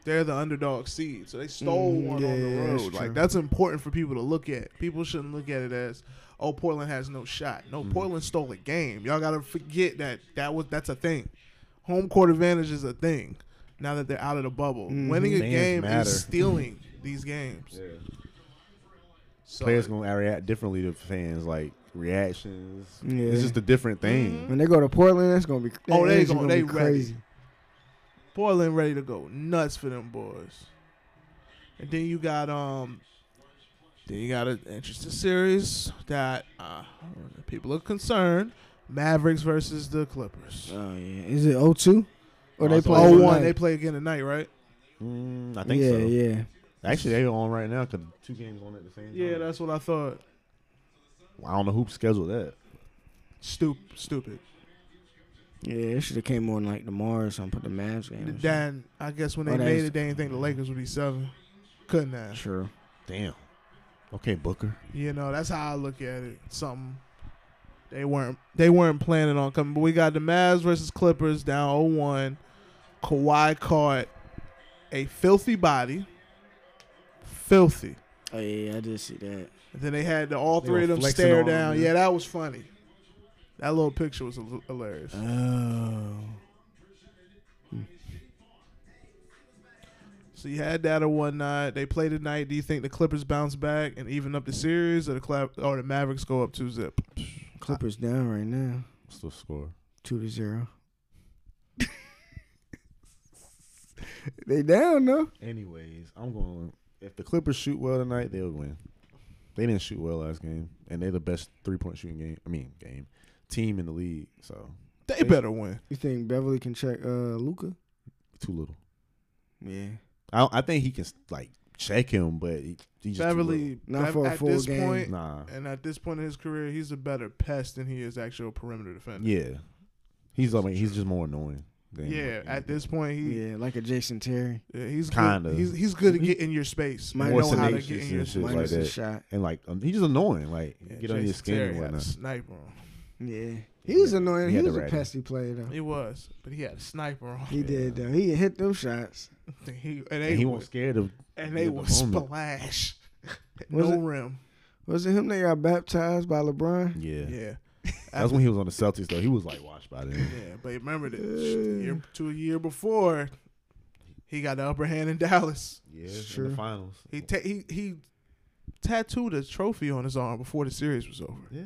[SPEAKER 6] They're the underdog seed, so they stole
[SPEAKER 5] Mm,
[SPEAKER 6] one on the
[SPEAKER 5] yeah, that's
[SPEAKER 6] road. Like
[SPEAKER 5] true.
[SPEAKER 6] that's important for people to look at. People shouldn't look at it as, oh, Portland has no shot. No,
[SPEAKER 5] Mm-hmm.
[SPEAKER 6] Portland stole a game. Y'all gotta forget that that was that's a thing. Home court advantage is a thing. Now that they're out of the bubble,
[SPEAKER 5] Mm-hmm.
[SPEAKER 6] winning a
[SPEAKER 4] Fans
[SPEAKER 6] game
[SPEAKER 4] matter.
[SPEAKER 6] is stealing these games. So
[SPEAKER 4] Players gonna react differently to fans, like reactions.
[SPEAKER 5] Yeah.
[SPEAKER 4] It's just a different thing.
[SPEAKER 5] When they go to Portland, that's gonna be.
[SPEAKER 6] Oh, they
[SPEAKER 5] energy
[SPEAKER 6] gonna- they
[SPEAKER 5] be
[SPEAKER 6] ready.
[SPEAKER 5] crazy.
[SPEAKER 6] Portland ready to go nuts for them boys. And then you got um, then you got an interesting series that uh, people are concerned. Mavericks versus the Clippers.
[SPEAKER 5] Oh yeah. Is it 0-2? Or
[SPEAKER 4] Oh,
[SPEAKER 5] they
[SPEAKER 4] it's
[SPEAKER 5] play
[SPEAKER 6] Oh
[SPEAKER 4] Oh,
[SPEAKER 6] one,
[SPEAKER 5] tonight?
[SPEAKER 6] they play again tonight, right?
[SPEAKER 4] Mm, I think
[SPEAKER 5] Mm-hmm. yeah,
[SPEAKER 4] so.
[SPEAKER 5] yeah.
[SPEAKER 4] Actually, they're on right now because two games on at the same time.
[SPEAKER 5] Uh-huh.
[SPEAKER 6] Yeah, that's what I thought.
[SPEAKER 4] I don't know who scheduled that.
[SPEAKER 6] Stupid, stupid.
[SPEAKER 5] Yeah, it should have came on like tomorrow or something. Put the Mavs game. or something.
[SPEAKER 6] Then I guess when they
[SPEAKER 5] Oh, that
[SPEAKER 6] made
[SPEAKER 5] is-
[SPEAKER 6] it, they didn't think the Lakers would be seven. Couldn't have.
[SPEAKER 5] Sure.
[SPEAKER 4] Damn. Okay, Booker.
[SPEAKER 6] You know, that's how I look at it. Something they weren't they weren't planning on coming. But we got the Mavs versus Clippers down 0-1. Kawhi caught a filthy body. Filthy.
[SPEAKER 5] Oh yeah, I did see that.
[SPEAKER 6] And then they had the, all
[SPEAKER 4] They
[SPEAKER 6] three
[SPEAKER 4] were
[SPEAKER 6] of them
[SPEAKER 4] flexing
[SPEAKER 6] stare
[SPEAKER 4] on him,
[SPEAKER 6] down.
[SPEAKER 4] yeah.
[SPEAKER 6] Yeah, that was funny. That little picture was hil- hilarious.
[SPEAKER 5] Oh.
[SPEAKER 6] So you had that or whatnot. They play tonight. Do you think the Clippers bounce back and even up the series, or the Clap- or the Mavericks go up two zip?
[SPEAKER 5] Clippers down right now,
[SPEAKER 4] What's the score?
[SPEAKER 5] two to zero. They down though.
[SPEAKER 4] Anyways, I'm going. If the Clippers shoot well tonight, they'll win. They didn't shoot well last game, and they're the best three point shooting game. I mean, game team in the league. So
[SPEAKER 6] They better win.
[SPEAKER 5] You think Beverly can check uh Luca?
[SPEAKER 4] too little.
[SPEAKER 5] Yeah.
[SPEAKER 4] I don't, I think he can like check him, but he, he's just too
[SPEAKER 6] Beverly,
[SPEAKER 5] Not
[SPEAKER 6] Bev-
[SPEAKER 5] for a
[SPEAKER 6] at
[SPEAKER 5] full
[SPEAKER 6] this
[SPEAKER 5] game.
[SPEAKER 4] little.
[SPEAKER 6] point,
[SPEAKER 4] nah,
[SPEAKER 6] and at this point in his career, he's a better pest than he is actual perimeter defender.
[SPEAKER 4] yeah, he's like he's just more annoying. Than
[SPEAKER 6] Yeah, at this point, he
[SPEAKER 5] Yeah, like a Jason Terry.
[SPEAKER 6] Yeah, he's
[SPEAKER 4] Kinda.
[SPEAKER 6] Good. He's he's good at getting your space.
[SPEAKER 5] Might
[SPEAKER 6] You
[SPEAKER 5] More
[SPEAKER 6] know how to
[SPEAKER 4] tenacious
[SPEAKER 6] get in
[SPEAKER 4] and
[SPEAKER 6] your
[SPEAKER 4] shit
[SPEAKER 6] space.
[SPEAKER 4] like
[SPEAKER 5] Minus
[SPEAKER 4] that.
[SPEAKER 5] a shot.
[SPEAKER 4] and like um, he's just annoying. Like get under your
[SPEAKER 6] Jason
[SPEAKER 4] skin
[SPEAKER 6] Terry
[SPEAKER 4] and
[SPEAKER 6] had a
[SPEAKER 4] whatnot.
[SPEAKER 6] Sniper on.
[SPEAKER 5] Yeah. He was annoying.
[SPEAKER 4] He
[SPEAKER 5] He,
[SPEAKER 4] had
[SPEAKER 5] was
[SPEAKER 4] the
[SPEAKER 5] a
[SPEAKER 4] ratty.
[SPEAKER 5] pesty player though.
[SPEAKER 6] He was, but he had a sniper on.
[SPEAKER 5] He did though. He hit them shots.
[SPEAKER 6] He- and they
[SPEAKER 4] And he
[SPEAKER 6] would,
[SPEAKER 4] wasn't scared of.
[SPEAKER 6] and they
[SPEAKER 4] of the
[SPEAKER 6] would
[SPEAKER 4] moment.
[SPEAKER 6] splash.
[SPEAKER 5] Was
[SPEAKER 6] no
[SPEAKER 5] it-
[SPEAKER 6] rim.
[SPEAKER 5] Was it him that got baptized by LeBron?
[SPEAKER 4] Yeah.
[SPEAKER 6] Yeah,
[SPEAKER 4] that's when he was on the Celtics though. He was like washed by them.
[SPEAKER 6] yeah. But remember that year to a year before, he got the upper hand in Dallas.
[SPEAKER 4] Yeah,
[SPEAKER 5] Sure.
[SPEAKER 4] in the finals.
[SPEAKER 6] He ta- he he tattooed a trophy on his arm before the series was over.
[SPEAKER 4] Yeah.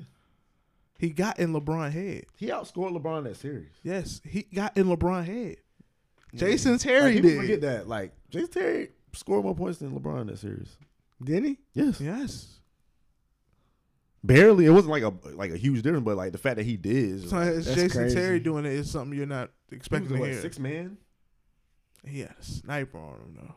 [SPEAKER 6] He got in LeBron head.
[SPEAKER 4] He outscored LeBron that series.
[SPEAKER 6] Yes, he got in LeBron head. Jason Terry
[SPEAKER 4] Like, people
[SPEAKER 6] did.
[SPEAKER 4] forget that. Like Jason Terry scored more points than LeBron that series.
[SPEAKER 5] Did he?
[SPEAKER 4] Yes,
[SPEAKER 6] Yes.
[SPEAKER 4] barely. It wasn't like a like a huge difference, but like the fact that he did. Is just
[SPEAKER 6] So
[SPEAKER 4] like,
[SPEAKER 6] it's
[SPEAKER 5] That's
[SPEAKER 6] Jason
[SPEAKER 5] crazy.
[SPEAKER 6] Terry doing it is something you're not
[SPEAKER 4] he was
[SPEAKER 6] expecting
[SPEAKER 4] a,
[SPEAKER 6] to
[SPEAKER 4] what,
[SPEAKER 6] hear.
[SPEAKER 4] six man.
[SPEAKER 6] He had a sniper on him though.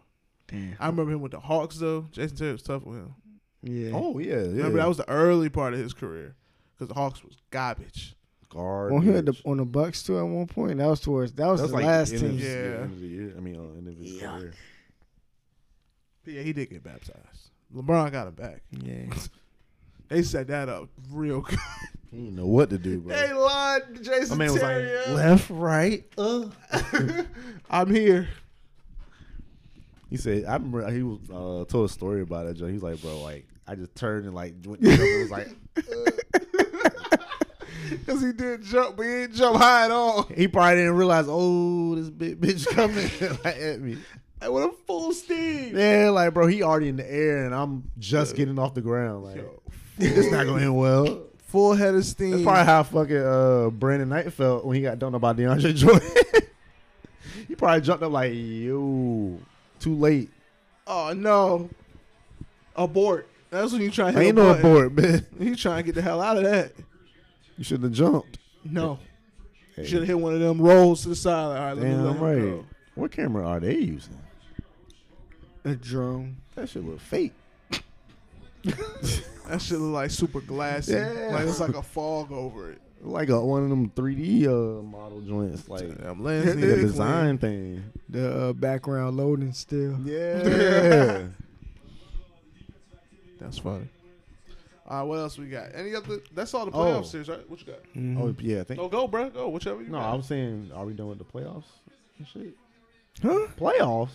[SPEAKER 5] Damn.
[SPEAKER 6] I remember him with the Hawks though. Jason Terry was tough with him.
[SPEAKER 5] Yeah.
[SPEAKER 4] Oh yeah, yeah.
[SPEAKER 6] Remember that was the early part of his career because the Hawks was garbage.
[SPEAKER 4] guard.
[SPEAKER 5] on, him at the, on the Bucks too at one point. That was towards that was,
[SPEAKER 4] That was
[SPEAKER 5] the
[SPEAKER 4] like
[SPEAKER 5] last
[SPEAKER 4] end of-
[SPEAKER 5] team.
[SPEAKER 6] Yeah.
[SPEAKER 4] end of the year. I mean, uh, end of his
[SPEAKER 5] Yeah.
[SPEAKER 4] career.
[SPEAKER 6] But yeah, he did get baptized. LeBron got him back.
[SPEAKER 5] Yeah.
[SPEAKER 6] They set that up real good.
[SPEAKER 4] He didn't know what to do, bro.
[SPEAKER 6] they lied to
[SPEAKER 4] My
[SPEAKER 6] Jason
[SPEAKER 4] man was
[SPEAKER 6] Terry.
[SPEAKER 4] like
[SPEAKER 6] up.
[SPEAKER 4] left, right. Uh.
[SPEAKER 6] I'm here.
[SPEAKER 4] He said, "I remember he was uh, told a story about it. Joe. He was like, bro, like I just turned and like went. It was like
[SPEAKER 6] Because he did jump, but he didn't jump high at all.
[SPEAKER 4] he probably didn't realize. Oh, this big bitch coming like, at me.
[SPEAKER 6] And with a full steam.
[SPEAKER 4] Yeah, like bro, he already in the air and I'm just getting off the ground. Like it's not gonna end well.
[SPEAKER 6] Full head of steam.
[SPEAKER 4] That's probably how fucking uh, Brandon Knight felt when he got dunked about DeAndre Jordan. he probably jumped up like, yo, too late.
[SPEAKER 6] Oh no. Abort. That's when you try to hit
[SPEAKER 4] Ain't
[SPEAKER 6] a
[SPEAKER 4] no
[SPEAKER 6] button.
[SPEAKER 4] abort, man.
[SPEAKER 6] You trying to get the hell out of that.
[SPEAKER 4] You shouldn't have jumped.
[SPEAKER 6] No.
[SPEAKER 4] Hey,
[SPEAKER 6] Should have hit one of them rolls to the side. All right, let me let
[SPEAKER 4] damn
[SPEAKER 6] him
[SPEAKER 4] right.
[SPEAKER 6] go.
[SPEAKER 4] What camera are they using?
[SPEAKER 5] A drone.
[SPEAKER 4] That shit look fake.
[SPEAKER 6] That shit look like super glassy.
[SPEAKER 4] Yeah.
[SPEAKER 6] Like it's like a fog over it.
[SPEAKER 4] Like a, one of them 3D uh, model joints. Like,
[SPEAKER 6] I'm
[SPEAKER 4] it's need a design thing.
[SPEAKER 5] The uh, background loading still.
[SPEAKER 4] Yeah.
[SPEAKER 6] That's funny. All right, what else we got? Any other? That's all the playoff
[SPEAKER 4] Oh.
[SPEAKER 6] series, right? What you got?
[SPEAKER 5] Mm-hmm.
[SPEAKER 4] oh, yeah, I think.
[SPEAKER 6] No, go, bro. Go, whichever you
[SPEAKER 4] No,
[SPEAKER 6] got.
[SPEAKER 4] I'm saying, are we done with the playoffs? and Shit.
[SPEAKER 5] Huh?
[SPEAKER 4] Playoffs?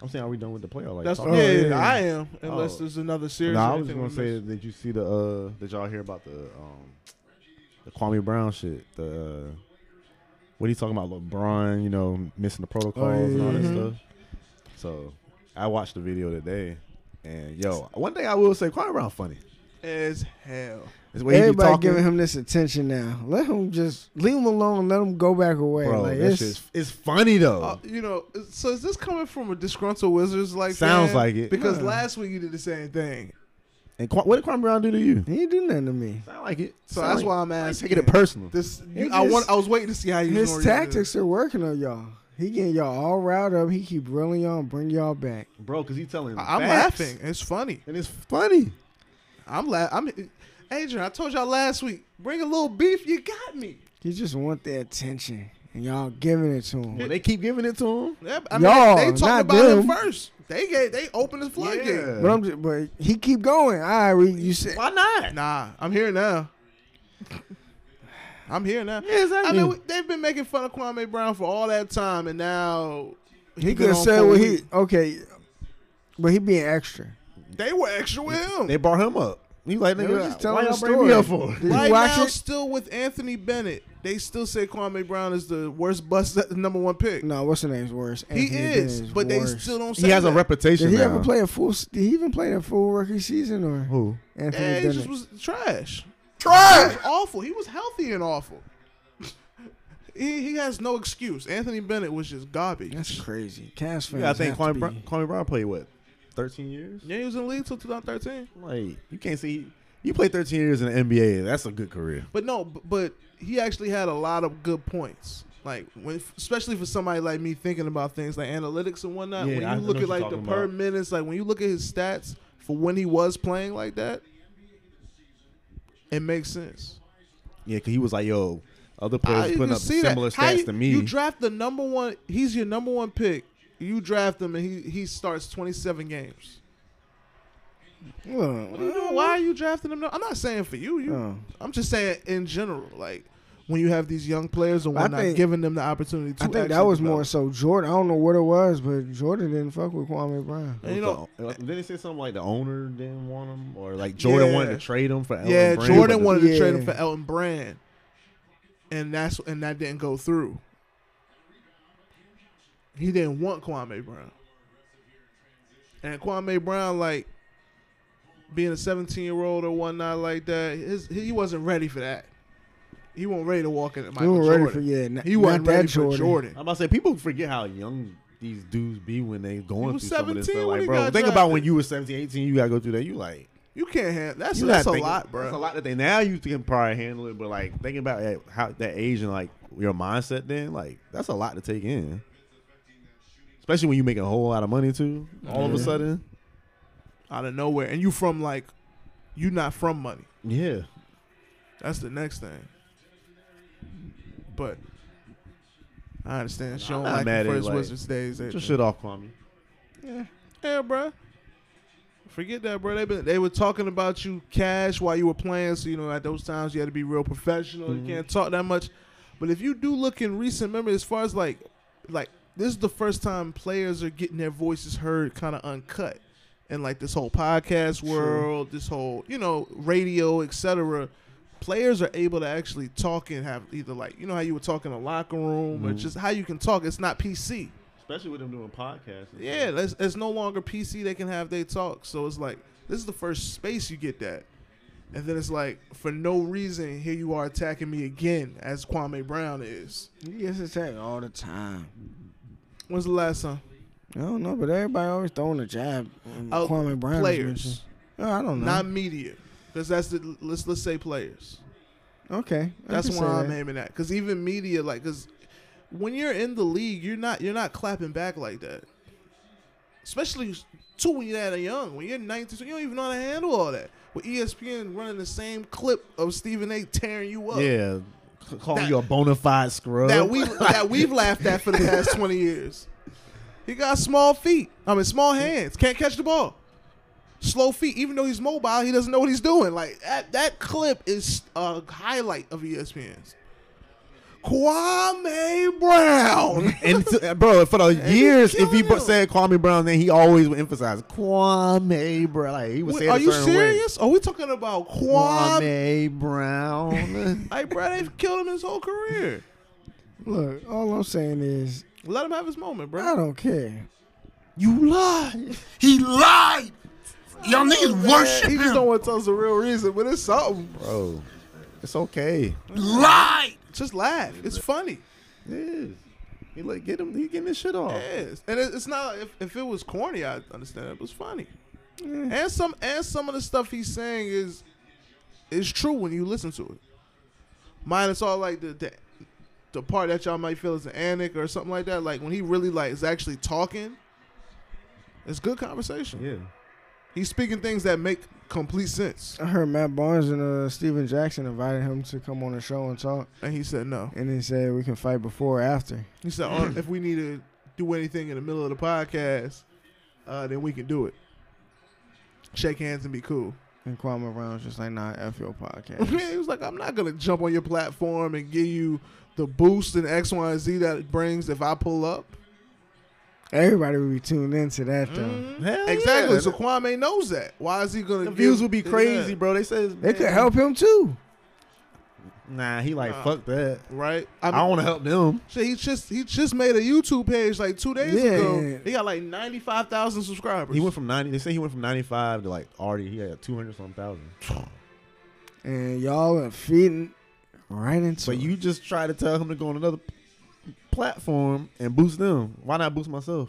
[SPEAKER 4] I'm saying, are we done with the playoffs? Like,
[SPEAKER 6] That's
[SPEAKER 4] talk-
[SPEAKER 6] yeah, yeah,
[SPEAKER 5] yeah.
[SPEAKER 6] I am. Unless
[SPEAKER 4] Oh.
[SPEAKER 6] there's another series.
[SPEAKER 4] No,
[SPEAKER 6] or
[SPEAKER 4] I was just gonna
[SPEAKER 6] anything we
[SPEAKER 4] say,
[SPEAKER 6] missed.
[SPEAKER 4] did you see the uh did y'all hear about the um the Kwame Brown shit? The uh, what are you talking about? LeBron, you know, missing the protocols and all that
[SPEAKER 5] Mhm.
[SPEAKER 4] stuff. So I watched the video today and yo, one thing I will say, Kwame Brown funny.
[SPEAKER 6] as hell.
[SPEAKER 4] It's way he be
[SPEAKER 5] Everybody
[SPEAKER 4] talking,
[SPEAKER 5] giving him this attention now. Let him just leave him alone. Let him go back away.
[SPEAKER 4] bro,
[SPEAKER 5] like
[SPEAKER 4] that
[SPEAKER 5] it's,
[SPEAKER 4] shit's it's funny though.
[SPEAKER 6] Uh, you know, so is this coming from a disgruntled Wizards like
[SPEAKER 4] Sounds
[SPEAKER 6] fan?
[SPEAKER 4] like it.
[SPEAKER 6] Because
[SPEAKER 4] Yeah.
[SPEAKER 6] last week you did the same thing.
[SPEAKER 4] and Kwa- what did Kwame Brown do to you?
[SPEAKER 5] he ain't do nothing to me.
[SPEAKER 4] Sound like it.
[SPEAKER 6] So
[SPEAKER 4] Sound
[SPEAKER 6] that's
[SPEAKER 4] like-
[SPEAKER 6] why I'm
[SPEAKER 4] like,
[SPEAKER 6] asking.
[SPEAKER 4] taking it personal.
[SPEAKER 6] This, you,
[SPEAKER 5] He
[SPEAKER 6] I want.
[SPEAKER 5] just-
[SPEAKER 6] I was waiting to see how you.
[SPEAKER 5] His tactics are working on y'all. He getting y'all all riled up. He keep reeling y'all and bring y'all back.
[SPEAKER 4] Bro, cause he telling
[SPEAKER 6] I'm
[SPEAKER 4] facts,
[SPEAKER 6] laughing. It's funny.
[SPEAKER 4] And it's funny.
[SPEAKER 6] I'm la- I'm. Adrian, I told y'all last week. Bring a little beef. You got me.
[SPEAKER 5] He just want the attention, and y'all giving it to him.
[SPEAKER 4] When they keep giving it to him.
[SPEAKER 6] Yeah, I mean,
[SPEAKER 5] Y'all,
[SPEAKER 6] they, they talked
[SPEAKER 5] not
[SPEAKER 6] about him
[SPEAKER 5] them.
[SPEAKER 6] first. They gave. They opened the floodgate.
[SPEAKER 4] Yeah.
[SPEAKER 5] But I'm just, but he keep going. All right, we- you said
[SPEAKER 4] Why not?
[SPEAKER 6] Nah, I'm here now. I'm here now.
[SPEAKER 4] Yeah, exactly.
[SPEAKER 6] I mean, we, they've been making fun of Kwame Brown for all that time, and now
[SPEAKER 5] he
[SPEAKER 6] been
[SPEAKER 5] could have
[SPEAKER 6] on
[SPEAKER 5] said
[SPEAKER 6] for a
[SPEAKER 5] what he
[SPEAKER 6] week.
[SPEAKER 5] okay, but he being extra.
[SPEAKER 6] They were extra with him.
[SPEAKER 4] They brought him up. He like,
[SPEAKER 5] They
[SPEAKER 4] nigga,
[SPEAKER 5] were just telling a
[SPEAKER 4] why y'all bring me
[SPEAKER 5] story.
[SPEAKER 4] up for?
[SPEAKER 5] Did
[SPEAKER 6] right
[SPEAKER 5] you watch
[SPEAKER 6] now,
[SPEAKER 5] it?
[SPEAKER 6] still with Anthony Bennett, they still say Kwame Brown is the worst bust the number one pick.
[SPEAKER 5] No, what's the name's worse?
[SPEAKER 6] he
[SPEAKER 5] Anthony
[SPEAKER 6] is,
[SPEAKER 5] Bennett
[SPEAKER 6] but they
[SPEAKER 5] worse.
[SPEAKER 6] still don't. Say
[SPEAKER 4] He has a
[SPEAKER 6] that.
[SPEAKER 4] reputation.
[SPEAKER 5] Did he
[SPEAKER 4] now.
[SPEAKER 5] ever play a full? s- Did he even play a full rookie season or
[SPEAKER 4] Who?
[SPEAKER 5] Anthony
[SPEAKER 6] Yeah, he
[SPEAKER 5] Bennett?
[SPEAKER 6] just was trash. Trash. He was awful. He was healthy and awful. he, he has no excuse. Anthony Bennett was just garbage.
[SPEAKER 5] That's crazy. Cavs fans.
[SPEAKER 4] Yeah, I
[SPEAKER 5] have
[SPEAKER 4] think
[SPEAKER 5] to
[SPEAKER 4] Kwame
[SPEAKER 5] be-
[SPEAKER 4] Brown, Kwame Brown played what, thirteen years?
[SPEAKER 6] yeah, he was in the league till 2013.
[SPEAKER 4] Like you can't see you play thirteen years in the NBA. That's a good career.
[SPEAKER 6] But no, b- but he actually had a lot of good points. Like when, especially for somebody like me thinking about things like analytics and whatnot.
[SPEAKER 4] Yeah,
[SPEAKER 6] when you
[SPEAKER 4] I know
[SPEAKER 6] look
[SPEAKER 4] what
[SPEAKER 6] at
[SPEAKER 4] you're
[SPEAKER 6] like the
[SPEAKER 4] talking
[SPEAKER 6] per
[SPEAKER 4] about.
[SPEAKER 6] minutes, like when you look at his stats for when he was playing like that, it makes sense.
[SPEAKER 4] Yeah, because he was like, yo, other
[SPEAKER 6] How
[SPEAKER 4] players
[SPEAKER 6] you
[SPEAKER 4] putting
[SPEAKER 6] can
[SPEAKER 4] up
[SPEAKER 6] see
[SPEAKER 4] similar
[SPEAKER 6] that? How
[SPEAKER 4] stats
[SPEAKER 6] you-
[SPEAKER 4] to me.
[SPEAKER 6] You draft the number one. He's your number one pick. You draft him and he he starts 27 games.
[SPEAKER 5] Well,
[SPEAKER 6] What are you doing? Why are you drafting him? now? I'm not saying for you. You.
[SPEAKER 5] Oh.
[SPEAKER 6] I'm just saying in general, like when you have these young players and
[SPEAKER 5] I
[SPEAKER 6] whatnot,
[SPEAKER 5] think-
[SPEAKER 6] giving them the opportunity to.
[SPEAKER 5] I think that
[SPEAKER 6] actually
[SPEAKER 5] was
[SPEAKER 6] develop.
[SPEAKER 5] more so Jordan. I don't know what it was, but Jordan didn't fuck with Kwame Brown.
[SPEAKER 6] And you know,
[SPEAKER 4] did they say something like the owner didn't want him, or like Jordan
[SPEAKER 6] Yeah.
[SPEAKER 4] wanted to trade him for? Elton
[SPEAKER 6] yeah,
[SPEAKER 4] Brand,
[SPEAKER 6] Jordan
[SPEAKER 4] but the-
[SPEAKER 6] wanted to trade him
[SPEAKER 5] Yeah.
[SPEAKER 6] for Elton Brand, and that's and that didn't go through. He didn't want Kwame Brown, and Kwame Brown like being a 17 year old or whatnot like that. His he wasn't ready for that. He wasn't ready to walk into
[SPEAKER 5] He
[SPEAKER 6] Michael
[SPEAKER 5] was
[SPEAKER 6] Jordan.
[SPEAKER 5] ready for yeah. Not,
[SPEAKER 6] he wasn't
[SPEAKER 5] not
[SPEAKER 6] ready
[SPEAKER 5] that Jordan.
[SPEAKER 6] for Jordan.
[SPEAKER 4] I'm about to say people forget how young these dudes be when they
[SPEAKER 6] He
[SPEAKER 4] going
[SPEAKER 6] was
[SPEAKER 4] through some of this
[SPEAKER 6] 17
[SPEAKER 4] stuff.
[SPEAKER 6] when
[SPEAKER 4] Like,
[SPEAKER 6] he
[SPEAKER 4] bro,
[SPEAKER 6] got
[SPEAKER 4] think about
[SPEAKER 6] drafted.
[SPEAKER 4] when you were 17, 18, you gotta go through that. You like
[SPEAKER 6] You can't handle that's
[SPEAKER 4] you
[SPEAKER 6] that's a
[SPEAKER 4] not thinking-
[SPEAKER 6] lot, bro.
[SPEAKER 4] That's a lot that they now you can probably handle it, but like thinking about that, how that age and like your mindset, then like that's a lot to take in. Especially when you make a whole lot of money too, all of a sudden.
[SPEAKER 6] Out of nowhere, and you from like, you not from money.
[SPEAKER 4] Yeah,
[SPEAKER 6] That's the next thing. But I understand. She don't
[SPEAKER 4] not
[SPEAKER 6] like
[SPEAKER 4] mad
[SPEAKER 6] the
[SPEAKER 4] at it,
[SPEAKER 6] first
[SPEAKER 4] like,
[SPEAKER 6] Wizards days.
[SPEAKER 4] put
[SPEAKER 6] They,
[SPEAKER 4] your shit off, Kwame.
[SPEAKER 6] yeah, bro. Forget that, bro. They been they were talking about you cash while you were playing. So you know at those times you had to be real professional. You can't talk that much. But if you do look in recent memory, as far as like like this is the first time players are getting their voices heard, kind of uncut, and like this whole podcast world, this whole you know radio, etc. Players are able to actually talk and have either like you know how you were talking in the locker room or just how you can talk. It's not PC.
[SPEAKER 4] Especially with them doing podcasts. and
[SPEAKER 6] Yeah, it's, it's no longer PC. They can have their talk. So it's like this is the first space you get that, and then it's like for no reason here you are attacking me again as Kwame Brown is.
[SPEAKER 5] He gets attacked all the time.
[SPEAKER 6] When's the last time?
[SPEAKER 5] I don't know, but everybody always throwing a jab. when
[SPEAKER 6] Oh,
[SPEAKER 5] Kwame Brown was mentioned.
[SPEAKER 6] players,
[SPEAKER 5] Oh, I don't know.
[SPEAKER 6] not media, because that's the let's let's say players.
[SPEAKER 5] okay, I
[SPEAKER 6] That's
[SPEAKER 5] can
[SPEAKER 6] why
[SPEAKER 5] say
[SPEAKER 6] I'm
[SPEAKER 5] that.
[SPEAKER 6] aiming at. Because even media, like, because when you're in the league, you're not you're not clapping back like that. Especially too when you're that young. When you're 19, so you don't even know how to handle all that. With E ESPN running the same clip of Stephen A. tearing you up.
[SPEAKER 4] Yeah, c- calling
[SPEAKER 6] That-
[SPEAKER 4] you a bona fide scrub.
[SPEAKER 6] That we that we've laughed at for the past 20 years. He got small feet. I mean, small hands. Can't catch the ball. Slow feet. Even though he's mobile, he doesn't know what he's doing. Like that. That clip is a highlight of E ESPN's. Kwame Brown.
[SPEAKER 4] and to, bro, for the years, if he
[SPEAKER 6] killing him.
[SPEAKER 4] said Kwame Brown, then he always would emphasize Kwame Brown. Like he would say, it
[SPEAKER 6] Are
[SPEAKER 4] a
[SPEAKER 6] you
[SPEAKER 4] certain way.
[SPEAKER 6] serious? Are we talking about Kwame?
[SPEAKER 4] Kwame Brown.
[SPEAKER 6] Like, bro, they've killed him his whole career.
[SPEAKER 5] Look, all I'm saying is
[SPEAKER 6] Let him have his moment,
[SPEAKER 5] I
[SPEAKER 6] bro.
[SPEAKER 5] don't care.
[SPEAKER 4] you lied.
[SPEAKER 7] He lied. Y'all niggas worship
[SPEAKER 6] He just
[SPEAKER 7] him.
[SPEAKER 6] don't want to tell us the real reason, but it's something.
[SPEAKER 4] Bro, it's okay.
[SPEAKER 7] Lied.
[SPEAKER 6] Just laugh. It's funny.
[SPEAKER 4] It is. He like get him. He getting his shit off.
[SPEAKER 6] Yes, and it- it's not if, if it was corny, I understand. It was funny, and some and some of the stuff he's saying is is true when you listen to it. Minus all like the the, the part that y'all might feel is an anic or something like that. Like when he really like is actually talking, it's good conversation.
[SPEAKER 4] Yeah.
[SPEAKER 6] He's speaking things that make complete sense,
[SPEAKER 5] I heard Matt Barnes and uh, Steven Jackson invited him to come on the show and talk,
[SPEAKER 6] and he said no.
[SPEAKER 5] and he said we can fight before or after.
[SPEAKER 6] He said "Oh, if we need to do anything in the middle of the podcast, uh, then we can do it. Shake hands and be cool.
[SPEAKER 5] And Kwame Brown was just like, nah, F your podcast.
[SPEAKER 6] Yeah, he was like, I'm not gonna jump on your platform and give you the boost and X, Y, and Z that it brings if I pull up.
[SPEAKER 5] Everybody would be tuned into that though.
[SPEAKER 6] Mm-hmm.
[SPEAKER 4] Hell
[SPEAKER 6] exactly.
[SPEAKER 4] yeah.
[SPEAKER 6] So Kwame knows that. Why is he gonna?
[SPEAKER 4] the
[SPEAKER 6] give-
[SPEAKER 4] views would be
[SPEAKER 6] Yeah.
[SPEAKER 4] crazy, bro. They said
[SPEAKER 5] They could help him too.
[SPEAKER 4] Nah, he like
[SPEAKER 6] Nah.
[SPEAKER 4] fuck that.
[SPEAKER 6] right?
[SPEAKER 4] I
[SPEAKER 6] I,
[SPEAKER 4] don't
[SPEAKER 6] mean,
[SPEAKER 4] want to help them.
[SPEAKER 6] shit, he just he just made a YouTube page like two days
[SPEAKER 5] Yeah.
[SPEAKER 6] ago. He got like ninety five thousand subscribers.
[SPEAKER 4] He went from ninety. They say he went from ninety five to like already. He had two hundred something thousand.
[SPEAKER 5] And y'all are feeding Right into
[SPEAKER 4] But
[SPEAKER 5] it.
[SPEAKER 4] you just try to tell him to go on another p- platform and boost them. Why not boost myself?